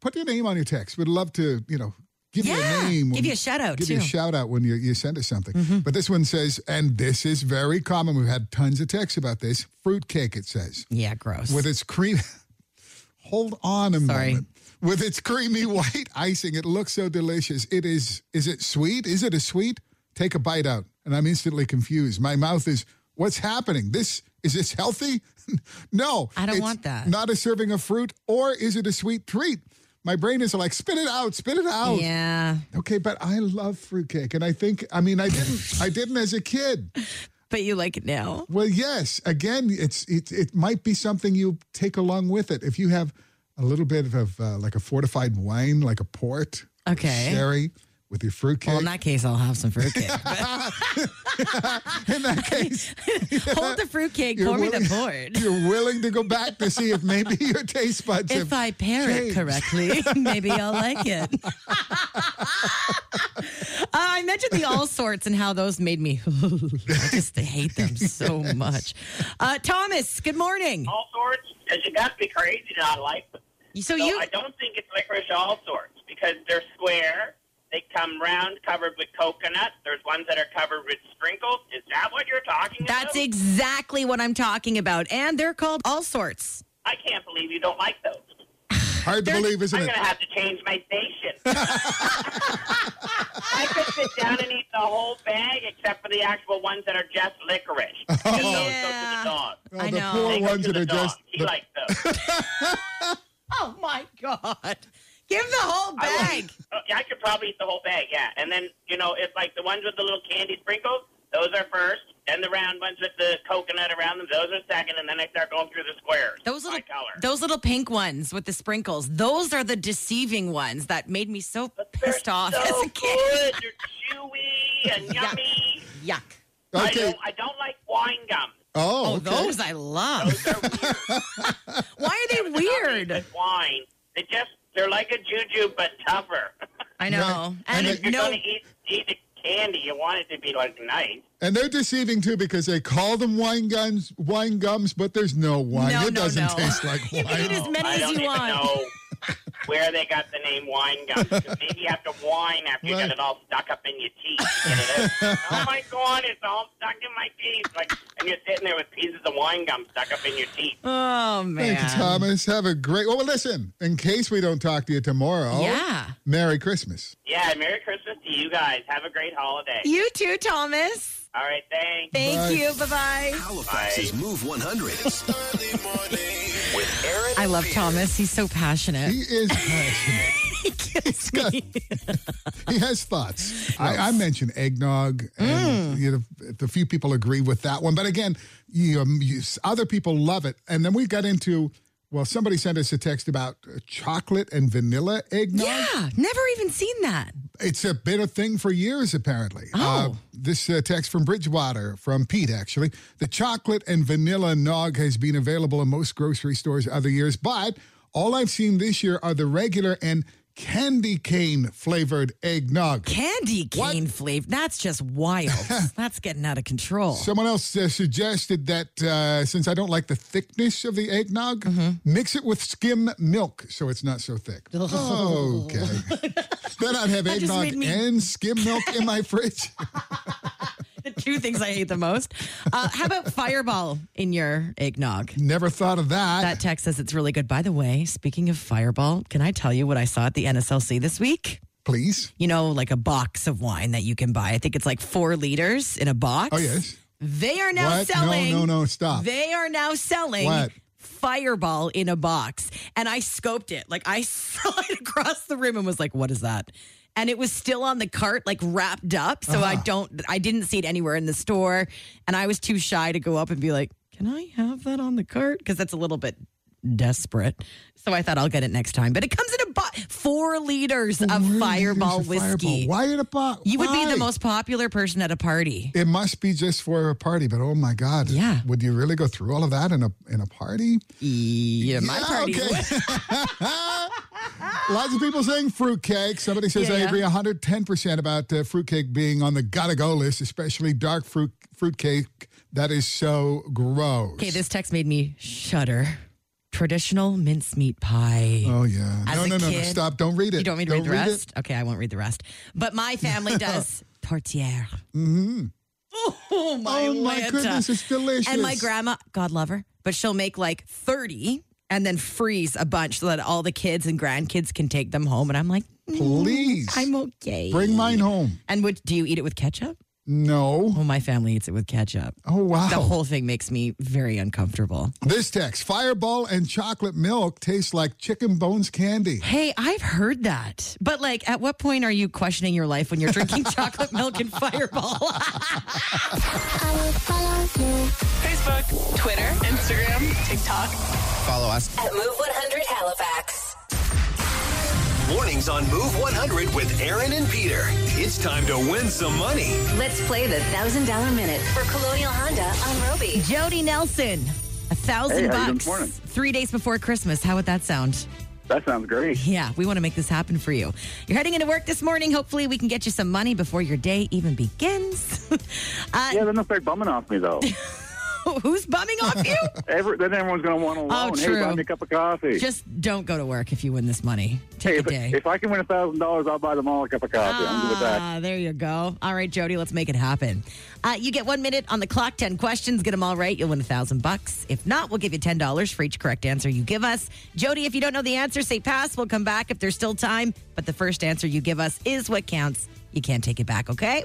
Speaker 4: put your name on your text. We'd love to, you know, give you a
Speaker 3: Yeah,
Speaker 4: name.
Speaker 3: give
Speaker 4: when-
Speaker 3: you a shout-out,
Speaker 4: Give you a
Speaker 3: too. Mm-hmm.
Speaker 4: shout out when you, you send us something. But this one says, and this is very common. We've had tons of texts about this. Fruitcake, it says
Speaker 3: yeah, gross.
Speaker 4: with its cream. Hold on a
Speaker 3: Sorry.
Speaker 4: moment. With its creamy white icing, it looks so delicious. It is. Is it sweet? Is it a sweet? Take a bite out, and I'm instantly confused. My mouth is. What's happening? This is this healthy? no,
Speaker 3: I don't
Speaker 4: it's
Speaker 3: want that.
Speaker 4: Not a serving of fruit, or is it a sweet treat? My brain is like, spit it out, spit it out.
Speaker 3: yeah,
Speaker 4: Okay, but I love fruitcake, and I think. I mean, I didn't. I didn't as a kid.
Speaker 3: but you like it now.
Speaker 4: Well, yes. Again, it's it it might be something you take along with it. If you have a little bit of uh, like a fortified wine, like a port, or
Speaker 3: Okay.
Speaker 4: sherry with your fruitcake.
Speaker 3: Well, in that case, I'll have some fruitcake.
Speaker 4: in that case,
Speaker 3: Hold the fruitcake,
Speaker 4: you're
Speaker 3: pour me the
Speaker 4: willing-
Speaker 3: board.
Speaker 4: You're willing to go back to see if maybe your taste buds.
Speaker 3: If
Speaker 4: have
Speaker 3: I pair it
Speaker 4: changed.
Speaker 3: correctly, maybe I'll like it. uh, I mentioned the all sorts and how those made me. I just hate them so much. Uh, Thomas, good morning.
Speaker 11: all sorts because you got to be crazy to not like them.
Speaker 3: So you-
Speaker 11: I don't think it's licorice all sorts because they're square. They come round, covered with coconut. There's ones that are covered with sprinkles. Is that what you're talking
Speaker 3: That's
Speaker 11: about?
Speaker 3: exactly what I'm talking about. And they're called all sorts.
Speaker 11: I can't believe you don't like those.
Speaker 4: Hard to believe, isn't
Speaker 11: I'm
Speaker 4: it?
Speaker 11: going to have to change my station. I could sit down and eat the whole bag except for the actual ones that are just licorice. Just those go to the dog.
Speaker 4: Oh, the poor
Speaker 11: They go
Speaker 4: ones
Speaker 11: to
Speaker 4: that
Speaker 11: the
Speaker 4: are
Speaker 11: dog.
Speaker 4: just.
Speaker 11: He likes those.
Speaker 3: Oh my God. Give the whole bag.
Speaker 11: Uh, yeah, I could probably eat the whole bag, yeah. And then, you know, it's like the ones with the little candy sprinkles, those are first. Then the round ones with the coconut around them, those are second. And then I start going through the squares.
Speaker 3: Those
Speaker 11: my color.
Speaker 3: Those little pink ones with the sprinkles, those are the deceiving ones that made me so pissed off
Speaker 11: so
Speaker 3: as a kid.
Speaker 11: good. They're chewy and yummy.
Speaker 3: Yuck.
Speaker 11: I,
Speaker 4: Okay.
Speaker 11: don't, I don't like wine gum.
Speaker 4: Oh,
Speaker 3: Oh,
Speaker 4: okay.
Speaker 3: those I love. Why are they weird?
Speaker 11: Wine, they just, they're like a juju, but tougher.
Speaker 3: I know. And,
Speaker 11: And, if you're
Speaker 3: no,
Speaker 11: going to eat, eat the candy, you want it to be like nice.
Speaker 4: And they're deceiving too because they call them wine guns, wine gums, but there's no wine.
Speaker 3: No,
Speaker 4: it
Speaker 3: no,
Speaker 4: doesn't
Speaker 3: no.
Speaker 4: taste like
Speaker 3: You can
Speaker 4: wine.
Speaker 3: eat as many
Speaker 11: Oh, I
Speaker 3: as
Speaker 11: don't
Speaker 3: you
Speaker 11: even
Speaker 3: want.
Speaker 11: know where they got the name wine gum. 'cause Maybe you have to whine after you
Speaker 4: Right.
Speaker 11: got it all stuck up in your teeth. You know, that- oh my god, it's all stuck in my teeth! Like, and you're sitting there with pieces of wine gum stuck up in your teeth.
Speaker 3: Oh, man.
Speaker 4: Thank you, Thomas. Have a great. Well, listen. In case we don't talk to you tomorrow,
Speaker 3: Yeah.
Speaker 4: Merry Christmas.
Speaker 11: Yeah, Merry Christmas to you guys. Have a great holiday.
Speaker 3: You too, Thomas.
Speaker 11: All right, thanks.
Speaker 3: Thank
Speaker 4: Bye.
Speaker 3: you. Bye bye.
Speaker 1: Halifax's Move 100 with Aaron.
Speaker 3: I
Speaker 1: and
Speaker 3: love
Speaker 1: Peter.
Speaker 3: Thomas. He's so passionate.
Speaker 4: He is passionate.
Speaker 3: He gets me.
Speaker 4: he has thoughts. I, I mentioned eggnog. And you know, the few people agree with that one, but again, you, um, you, other people love it. And then we got into well, somebody sent us a text about uh, chocolate and vanilla eggnog.
Speaker 3: yeah, never even seen that.
Speaker 4: It's a been a thing for years, apparently. Uh,
Speaker 3: Oh.
Speaker 4: this uh, text from Bridgewater, from Pete, actually. The chocolate and vanilla nog has been available in most grocery stores other years, but all I've seen this year are the regular and candy cane flavored eggnog.
Speaker 3: Candy
Speaker 4: What?
Speaker 3: cane flavor. That's just wild. That's getting out of control.
Speaker 4: Someone else uh, suggested that uh, since I don't like the thickness of the eggnog,
Speaker 3: Mm-hmm.
Speaker 4: mix it with skim milk so it's not so thick. Okay. then I'd have
Speaker 3: Oh. That just
Speaker 4: eggnog
Speaker 3: made me-
Speaker 4: and skim milk in my fridge.
Speaker 3: the two things I hate the most. Uh, how about fireball in your eggnog?
Speaker 4: Never thought of
Speaker 3: That text says it's really good. By the way, speaking of fireball, can I tell you what I saw at the NSLC this week?
Speaker 4: Please.
Speaker 3: You know, like a box of wine that you can buy. I think it's like four liters in a box.
Speaker 4: Oh, yes.
Speaker 3: They are now
Speaker 4: What? No,
Speaker 3: selling.
Speaker 4: no, no, stop.
Speaker 3: They are now selling
Speaker 4: What?
Speaker 3: Fireball in a box. And I scoped it. Like I saw it across the room and was like, what is that? And it was still on the cart, like wrapped up. So I don't, I didn't see it anywhere in the store. And I was too shy to go up and be like, can I have that on the cart? Because that's a little bit desperate. So I thought I'll get it next time. But it comes in a box, four liters of
Speaker 4: Where
Speaker 3: Fireball
Speaker 4: is the Fireball?
Speaker 3: whiskey.
Speaker 4: Why in a box?
Speaker 3: You would be
Speaker 4: Why?
Speaker 3: the most popular person at a party.
Speaker 4: It must be just for a party, but oh my God!
Speaker 3: Yeah.
Speaker 4: would you really go through all of that in a in a party?
Speaker 3: Yeah, my
Speaker 4: Yeah,
Speaker 3: party.
Speaker 4: okay. Lots of people saying fruitcake. Somebody says
Speaker 3: Yeah,
Speaker 4: I
Speaker 3: yeah.
Speaker 4: agree 110 percent about uh, fruitcake being on the gotta go list, especially dark fruit fruitcake. That is so gross.
Speaker 3: Okay, this text made me shudder. Traditional mincemeat pie.
Speaker 4: Oh yeah.
Speaker 3: As
Speaker 4: no,
Speaker 3: a
Speaker 4: no, no, no.
Speaker 3: kid-
Speaker 4: Stop. Don't read it.
Speaker 3: you don't want me to read the rest? Okay, I won't read the rest. But my family does portiere. Mm-hmm. Oh my,
Speaker 4: Oh, my
Speaker 3: Lanta.
Speaker 4: goodness, it's delicious.
Speaker 3: And my grandma, God love her, but she'll make like 30 and then freeze a bunch so that all the kids and grandkids can take them home. And I'm like, "Mm,
Speaker 4: it. Please
Speaker 3: I'm okay.
Speaker 4: bring mine home.
Speaker 3: and would do you eat it with ketchup?
Speaker 4: No.
Speaker 3: Well, my family eats it with ketchup.
Speaker 4: Oh wow.
Speaker 3: The whole thing makes me very uncomfortable.
Speaker 4: This text Fireball and chocolate milk tastes like chicken bones candy.
Speaker 3: Hey, I've heard that. But like at what point are you questioning your life when you're drinking chocolate milk and fireball?
Speaker 8: I will follow you.
Speaker 12: Facebook, Twitter, Instagram, TikTok.
Speaker 2: At Move 100 Halifax.
Speaker 1: Mornings on Move 100 with Aaron and Peter. It's time to win some money.
Speaker 2: Let's play the thousand dollar minute for Colonial Honda on Roby.
Speaker 3: Jody Nelson, a thousand
Speaker 12: Hey, how you doing
Speaker 3: bucks.
Speaker 12: this morning?
Speaker 3: Three days before Christmas. How would that sound?
Speaker 12: That sounds great.
Speaker 3: Yeah, we want to make this happen for you. You're heading into work this morning. Hopefully, we can get you some money before your day even begins. uh,
Speaker 12: yeah, then they'll start bumming off me though.
Speaker 3: who's bumming off you?
Speaker 12: Every, then everyone's going to want a loan.
Speaker 3: Oh, true.
Speaker 12: Hey, buy me a cup of coffee.
Speaker 3: Just don't go to work if you win this money. Take
Speaker 12: hey,
Speaker 3: a
Speaker 12: if,
Speaker 3: day.
Speaker 12: if I can win a thousand dollars, I'll buy them all a cup of coffee. I'm good with that.
Speaker 3: Ah, there you go. All right, Jody, let's make it happen. Uh, you get one minute on the clock, 10 questions. Get them all right. You'll win a thousand bucks. If not, we'll give you $10 for each correct answer you give us. Jody, if you don't know the answer, say pass. We'll come back if there's still time. But the first answer you give us is what counts. You can't take it back, okay?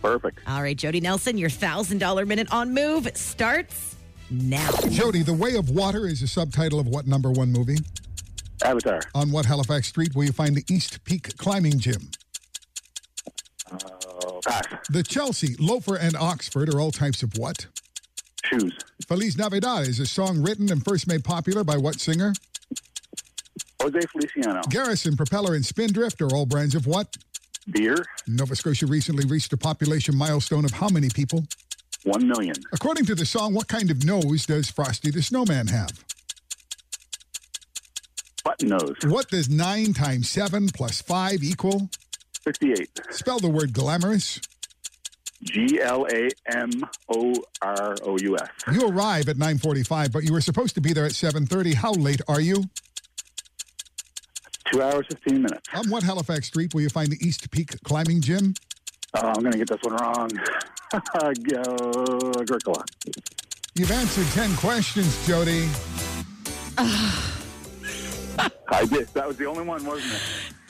Speaker 12: Perfect.
Speaker 3: All right, Jody Nelson, your $1,000 minute on move starts now.
Speaker 4: Jody, The Way of Water is a subtitle of what number one movie?
Speaker 12: Avatar.
Speaker 4: On what Halifax street will you find the East Peak Climbing Gym?
Speaker 12: Oh, pass.
Speaker 4: The Chelsea, Loafer, and Oxford are all types of what?
Speaker 12: Shoes.
Speaker 4: Feliz Navidad is a song written and first made popular by what singer?
Speaker 12: Jose Feliciano.
Speaker 4: Garrison, Propeller, and Spindrift are all brands of what?
Speaker 12: Beer.
Speaker 4: Nova Scotia recently reached a population milestone of how many people?
Speaker 12: One million.
Speaker 4: According to the song, what kind of nose does Frosty the Snowman have?
Speaker 12: Button nose.
Speaker 4: What does 9 times 7 plus 5 equal?
Speaker 12: 58.
Speaker 4: Spell the word glamorous.
Speaker 12: G L A M O R O U S.
Speaker 4: You arrive at 9:45, but you were supposed to be there at 7:30. How late are you?
Speaker 12: Two hours, 15 minutes.
Speaker 3: Oh.
Speaker 4: On what Halifax street will you find the East Peak Climbing Gym?
Speaker 12: Oh, I'm going to get this one wrong. Go- Agricola.
Speaker 4: You've answered 10 questions, Jody.
Speaker 12: I did. That was the only one, wasn't it?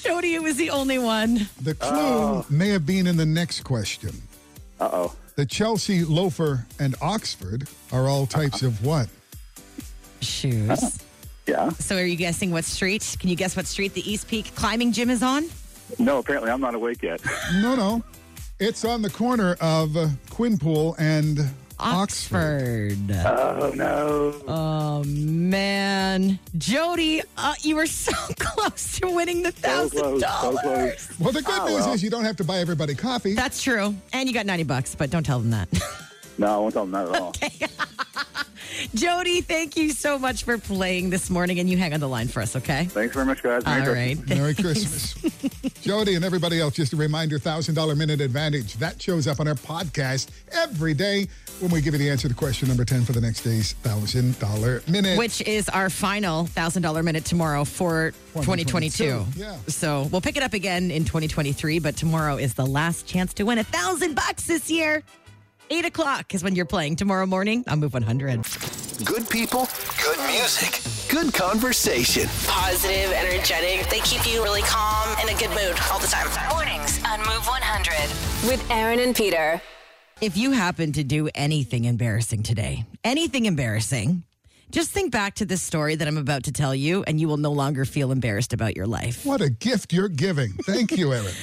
Speaker 3: Jody, it was the only one.
Speaker 4: The clue may have been in the next question.
Speaker 12: Uh oh.
Speaker 4: The Chelsea, Loafer, and Oxford are all types of what?
Speaker 3: Shoes.
Speaker 12: Yeah.
Speaker 3: So, are you guessing what street? Can you guess what street the East Peak Climbing Gym is on?
Speaker 12: No, apparently I'm not awake yet.
Speaker 4: No, no. It's on the corner of uh, Quinpool and
Speaker 3: Oxford.
Speaker 12: Oh, no.
Speaker 3: Oh man, Jody, uh, you were so close to winning the thousand dollars.
Speaker 4: Well, the good
Speaker 3: Oh,
Speaker 4: news
Speaker 3: well.
Speaker 4: is you don't have to buy everybody coffee.
Speaker 3: That's true, and you got ninety bucks, but don't tell them that.
Speaker 12: No, I won't tell them that at all.
Speaker 3: Jody, thank you so much for playing this morning, and you hang on the line for us, okay?
Speaker 12: Thanks very much, guys. Merry
Speaker 3: All
Speaker 12: Christmas.
Speaker 3: right.
Speaker 4: Merry Christmas. Jody and everybody else, just a reminder $1,000 minute advantage. That shows up on our podcast every day when we give you the answer to question number 10 for the next day's $1,000 minute.
Speaker 3: Which is our final thousand dollar minute tomorrow for
Speaker 4: 2022.
Speaker 3: 2022.
Speaker 4: Yeah.
Speaker 3: So we'll pick it up again in 2023, but tomorrow is the last chance to win a thousand bucks this year. Eight o'clock is when you're playing tomorrow morning on Move 100.
Speaker 1: Good people, good music, good conversation.
Speaker 2: Positive, energetic. They keep you really calm and in a good mood all the time. Mornings on Move 100 with Aaron and Peter.
Speaker 3: If you happen to do anything embarrassing today, anything embarrassing, just think back to this story that I'm about to tell you, and you will no longer feel embarrassed about your life.
Speaker 4: What a gift you're giving. Thank you, Erin.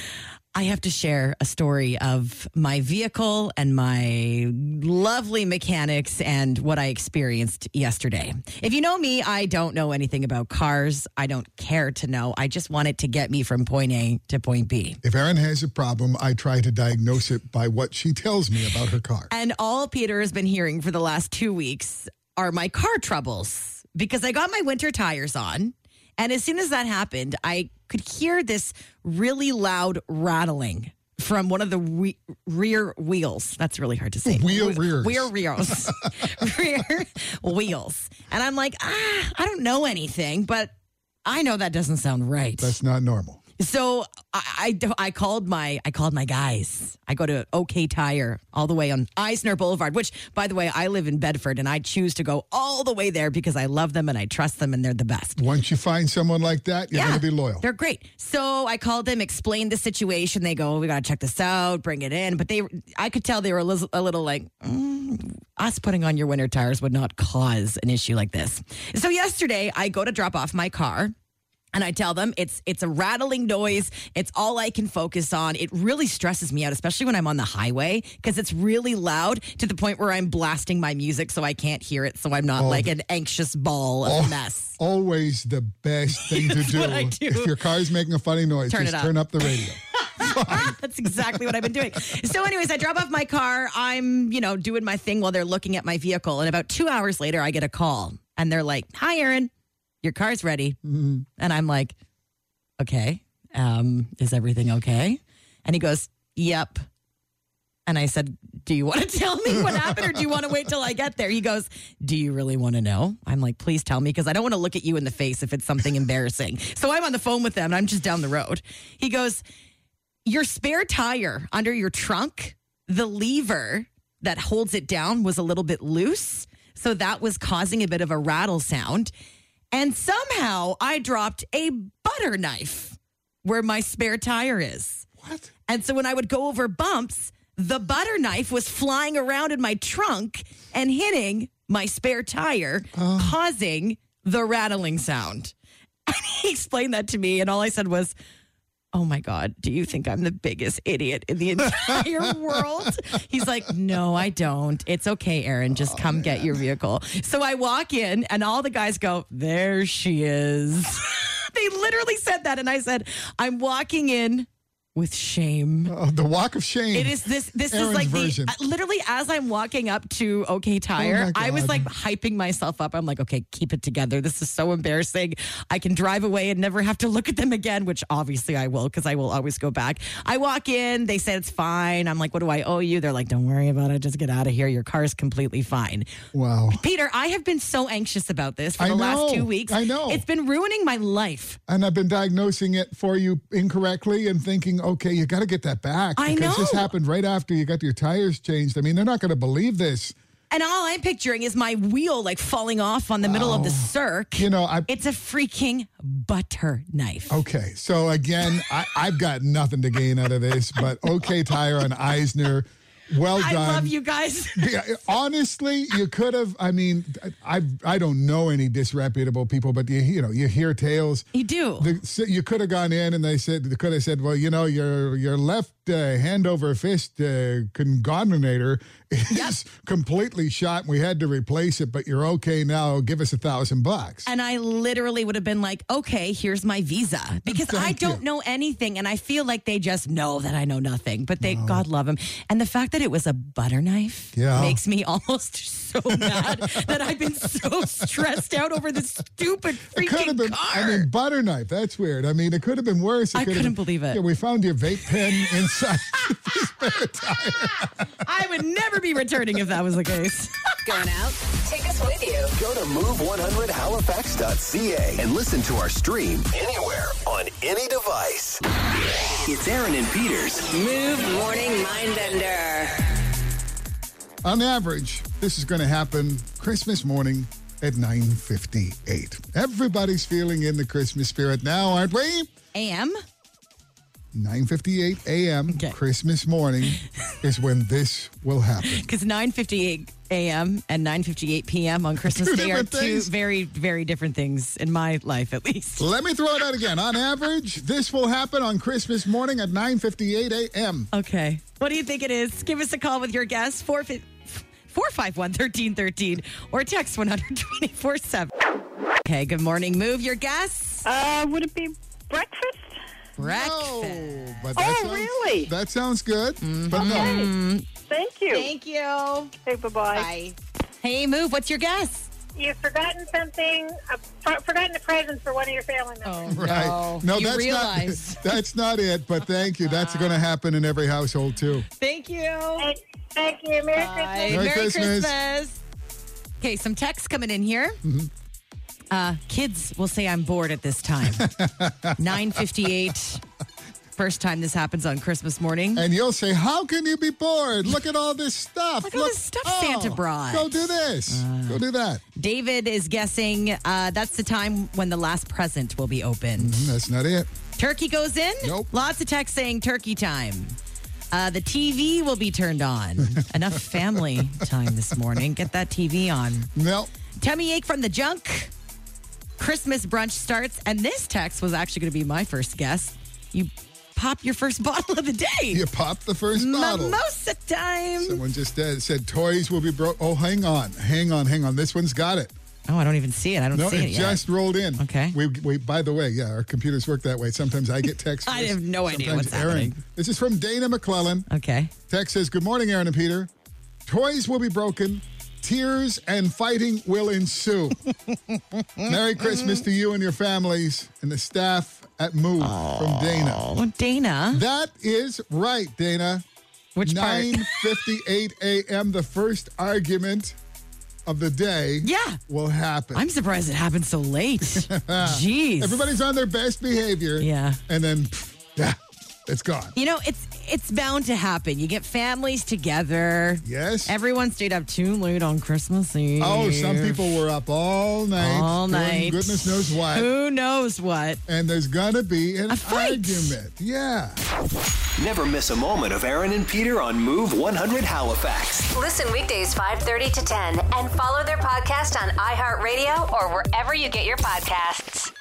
Speaker 3: I have to share a story of my vehicle and my lovely mechanics and what I experienced yesterday. If you know me, I don't know anything about cars. I don't care to know. I just want it to get me from point A to point B.
Speaker 4: If Erin has a problem, I try to diagnose it by what she tells me about her car.
Speaker 3: And all Peter has been hearing for the last two weeks are my car troubles because I got my winter tires on. And as soon as that happened, I could hear this really loud rattling from one of the we- rear wheels. That's really hard to say.
Speaker 4: Wheel
Speaker 3: Wh-
Speaker 4: rears.
Speaker 3: Rear rears. rear wheels. And I'm like, ah, I don't know anything, but I know that doesn't sound right.
Speaker 4: That's not normal.
Speaker 3: So I, I I called my I called my guys. I go to OK Tire all the way on Eisner Boulevard, which by the way I live in Bedford and I choose to go all the way there because I love them and I trust them and they're the best.
Speaker 4: Once you find someone like that, you're going to be loyal.
Speaker 3: They're great. So I called them, explained the situation. They go, "Oh, "We got to check this out, bring it in." But they I could tell they were a little, a little like "Mm, us putting on your winter tires would not cause an issue like this. So yesterday I go to drop off my car and I tell them it's it's a rattling noise. It's all I can focus on. It really stresses me out, especially when I'm on the highway because it's really loud to the point where I'm blasting my music so I can't hear it. So I'm not
Speaker 4: Oh.
Speaker 3: like an anxious ball of
Speaker 4: Al-
Speaker 3: mess.
Speaker 4: Always the best thing to
Speaker 3: That's
Speaker 4: do.
Speaker 3: what I do.
Speaker 4: If your car's making a funny noise,
Speaker 3: Turn it
Speaker 4: just
Speaker 3: up.
Speaker 4: turn up the radio.
Speaker 3: That's exactly what I've been doing. So, anyways, I drop off my car. I'm, you know, doing my thing while they're looking at my vehicle. And about two hours later, I get a call and they're like, Hi, Aaron, your car's ready. And I'm like, Okay, um, is everything okay? And he goes, Yep. And I said, Do you want to tell me what happened or do you want to wait till I get there? He goes, Do you really want to know? I'm like, Please tell me because I don't want to look at you in the face if it's something embarrassing. So I'm on the phone with them and I'm just down the road. He goes, Your spare tire under your trunk, the lever that holds it down was a little bit loose. So that was causing a bit of a rattle sound. And somehow I dropped a butter knife where my spare tire is. What? And so when I would go over bumps, the butter knife was flying around in my trunk and hitting my spare tire, causing the rattling sound. And he explained that to me, and all I said was, Oh my God, do you think I'm the biggest idiot in the entire world? He's like, No, I don't. It's okay, Aaron. Just come get your vehicle. So I walk in, and all the guys go, There she is. they literally said that. And I said, I'm walking in with shame.
Speaker 4: Oh, the walk of shame.
Speaker 3: It is this. This
Speaker 4: Aaron's
Speaker 3: is like
Speaker 4: version. Oh
Speaker 3: the uh, literally as I'm walking up to OK Tire,
Speaker 4: my
Speaker 3: I was
Speaker 4: God.
Speaker 3: like hyping myself up. I'm like, okay, keep it together. This is so embarrassing. I can drive away and never have to look at them again, which obviously I will because I will always go back. I walk in. They said it's fine. I'm like, what do I owe you? They're like, don't worry about it. Just get out of here. Your car is completely fine.
Speaker 4: Wow.
Speaker 3: Peter, I have been so anxious about this for
Speaker 4: I
Speaker 3: the last
Speaker 4: know.
Speaker 3: two weeks.
Speaker 4: I know.
Speaker 3: It's been ruining my life.
Speaker 4: And I've been diagnosing it for you incorrectly and thinking, okay, you got to get that back.
Speaker 3: I
Speaker 4: because This
Speaker 3: know.
Speaker 4: happened right after you got your tires changed. I mean, they're not going to believe this.
Speaker 3: And all I'm picturing is my wheel like falling off on the middle of the circ.
Speaker 4: Oh. You know, I. Oh,
Speaker 3: It's a freaking butter knife.
Speaker 4: Okay, so again, I, I've got nothing to gain out of this, but okay, Tire and Eisner, well
Speaker 3: I
Speaker 4: done.
Speaker 3: love you guys.
Speaker 4: Yeah, honestly, you could have. I mean, I I don't know any disreputable people, but you you know you hear tales.
Speaker 3: You do.
Speaker 4: The, so you could have gone in and they said they could have said, well, you know, your your left uh, hand over fist uh, congonator is completely shot, and we had to replace it, but you're okay now. Give us a thousand bucks.
Speaker 3: And I literally would have been like, okay, here's my visa because I don't know anything. And I feel like they just know that I know nothing, but they, God love them. And the fact that it was a butter knife
Speaker 4: Yeah.
Speaker 3: makes me almost so mad that I've been so stressed out over this stupid
Speaker 4: It could have
Speaker 3: freaking
Speaker 4: been.
Speaker 3: car.
Speaker 4: I mean, butter knife. That's weird. I mean, it could have been worse. It
Speaker 3: I
Speaker 4: could have
Speaker 3: couldn't
Speaker 4: been-
Speaker 3: believe it.
Speaker 4: Yeah, we found your vape pen inside.
Speaker 3: I would never be returning if that was the case.
Speaker 2: Going out? Take us with you.
Speaker 1: Go to move100halifax.ca and listen to our stream anywhere on any device. It's Aaron and Peter's
Speaker 2: Move Morning Mindbender.
Speaker 4: On average, this is going to happen Christmas morning at 9:58. Everybody's feeling in the Christmas spirit now, aren't we?
Speaker 3: Am?
Speaker 4: 9:58 a.m. Christmas morning is when this will happen.
Speaker 3: Because 9:58 a.m. and 9:58 p.m. on Christmas
Speaker 4: Two
Speaker 3: Day are
Speaker 4: different
Speaker 3: two
Speaker 4: things.
Speaker 3: very, very different things in my life, at least.
Speaker 4: Let me throw it out again. On average, this will happen on Christmas morning at 9:58 a.m.
Speaker 3: Okay. What do you think it is? Give us a call with your guess, 451 1313, or text 124 7. Okay, good morning. Move your guess.
Speaker 10: Uh, would it be breakfast?
Speaker 3: Breakfast. Mm,
Speaker 4: No, but that
Speaker 10: Oh,
Speaker 4: sounds,
Speaker 10: really?
Speaker 4: That sounds good. But no.
Speaker 10: Thank you.
Speaker 3: Thank you.
Speaker 10: Okay, bye-bye.
Speaker 3: Hey, Move, what's your guess?
Speaker 13: You've forgotten something, uh, for- forgotten a present for one of your family members.
Speaker 4: Right. No,
Speaker 3: Oh, You
Speaker 4: that's
Speaker 3: realize. Ah.
Speaker 4: not that's not it, but thank you. That's going to happen in every household too.
Speaker 3: Thank you.
Speaker 13: Thank, thank you. Merry Christmas.
Speaker 4: Merry Christmas.
Speaker 3: Okay, some texts coming in here.
Speaker 4: Mm-hmm.
Speaker 3: Uh, kids will say I'm bored at this time. 958. First time this happens on Christmas morning.
Speaker 4: And you'll say, "How can you be bored? Look at all this stuff. Oh,
Speaker 3: Look at all this stuff Santa brought." Ah.
Speaker 4: Go do this. go do that.
Speaker 3: David is guessing uh, that's the time when the last present will be opened.
Speaker 4: That's not it.
Speaker 3: Turkey goes in.
Speaker 4: Mm-hmm. Nope.
Speaker 3: Lots of text saying turkey time. Uh, the TV will be turned on. Enough family time this morning. Get that TV on.
Speaker 4: No.
Speaker 3: Tummy ache from the junk. Christmas brunch starts. And this text was actually going to be my first guess. You pop your first bottle of the day. You
Speaker 4: pop the first bottle.
Speaker 3: Mimosa time.
Speaker 4: Someone just uh, said toys will be broke. Oh, hang on, hang on, hang on. This one's got it.
Speaker 3: Oh, I don't even see it. I don't
Speaker 4: no,
Speaker 3: see it yet.
Speaker 4: just rolled in.
Speaker 3: Okay.
Speaker 4: We, we, by the way, yeah, our computers work that way. Sometimes I get texts.
Speaker 3: I have no idea
Speaker 4: Sometimes
Speaker 3: what's happening.
Speaker 4: This is from Dana McClellan.
Speaker 3: Okay.
Speaker 4: Text says, Good morning, Aaron and Peter. Toys will be broken, tears and fighting will ensue. Merry Christmas to you and your families and the staff at Move from Dana.
Speaker 3: Dana.
Speaker 4: That is right, Dana.
Speaker 3: Which part?
Speaker 4: 9.58 a.m., the first argument of the day
Speaker 3: yeah.
Speaker 4: will happen.
Speaker 3: I'm surprised it happened so late. Jeez.
Speaker 4: Everybody's on their best behavior.
Speaker 3: Yeah.
Speaker 4: And then, pff, yeah, it's gone.
Speaker 3: You know, it's it's bound to happen. You get families together.
Speaker 4: Yes.
Speaker 3: Everyone stayed up too late on Christmas Eve.
Speaker 4: Oh, some people were up all night.
Speaker 3: All
Speaker 4: doing
Speaker 3: night.
Speaker 4: Goodness knows what.
Speaker 3: Who knows what?
Speaker 4: And there's going to be an
Speaker 3: A fight.
Speaker 4: argument. Yeah.
Speaker 1: Never miss a moment of Aaron and Peter on Move 100 Halifax.
Speaker 2: Listen weekdays 5:30 to 10 and follow their podcast on iHeartRadio or wherever you get your podcasts.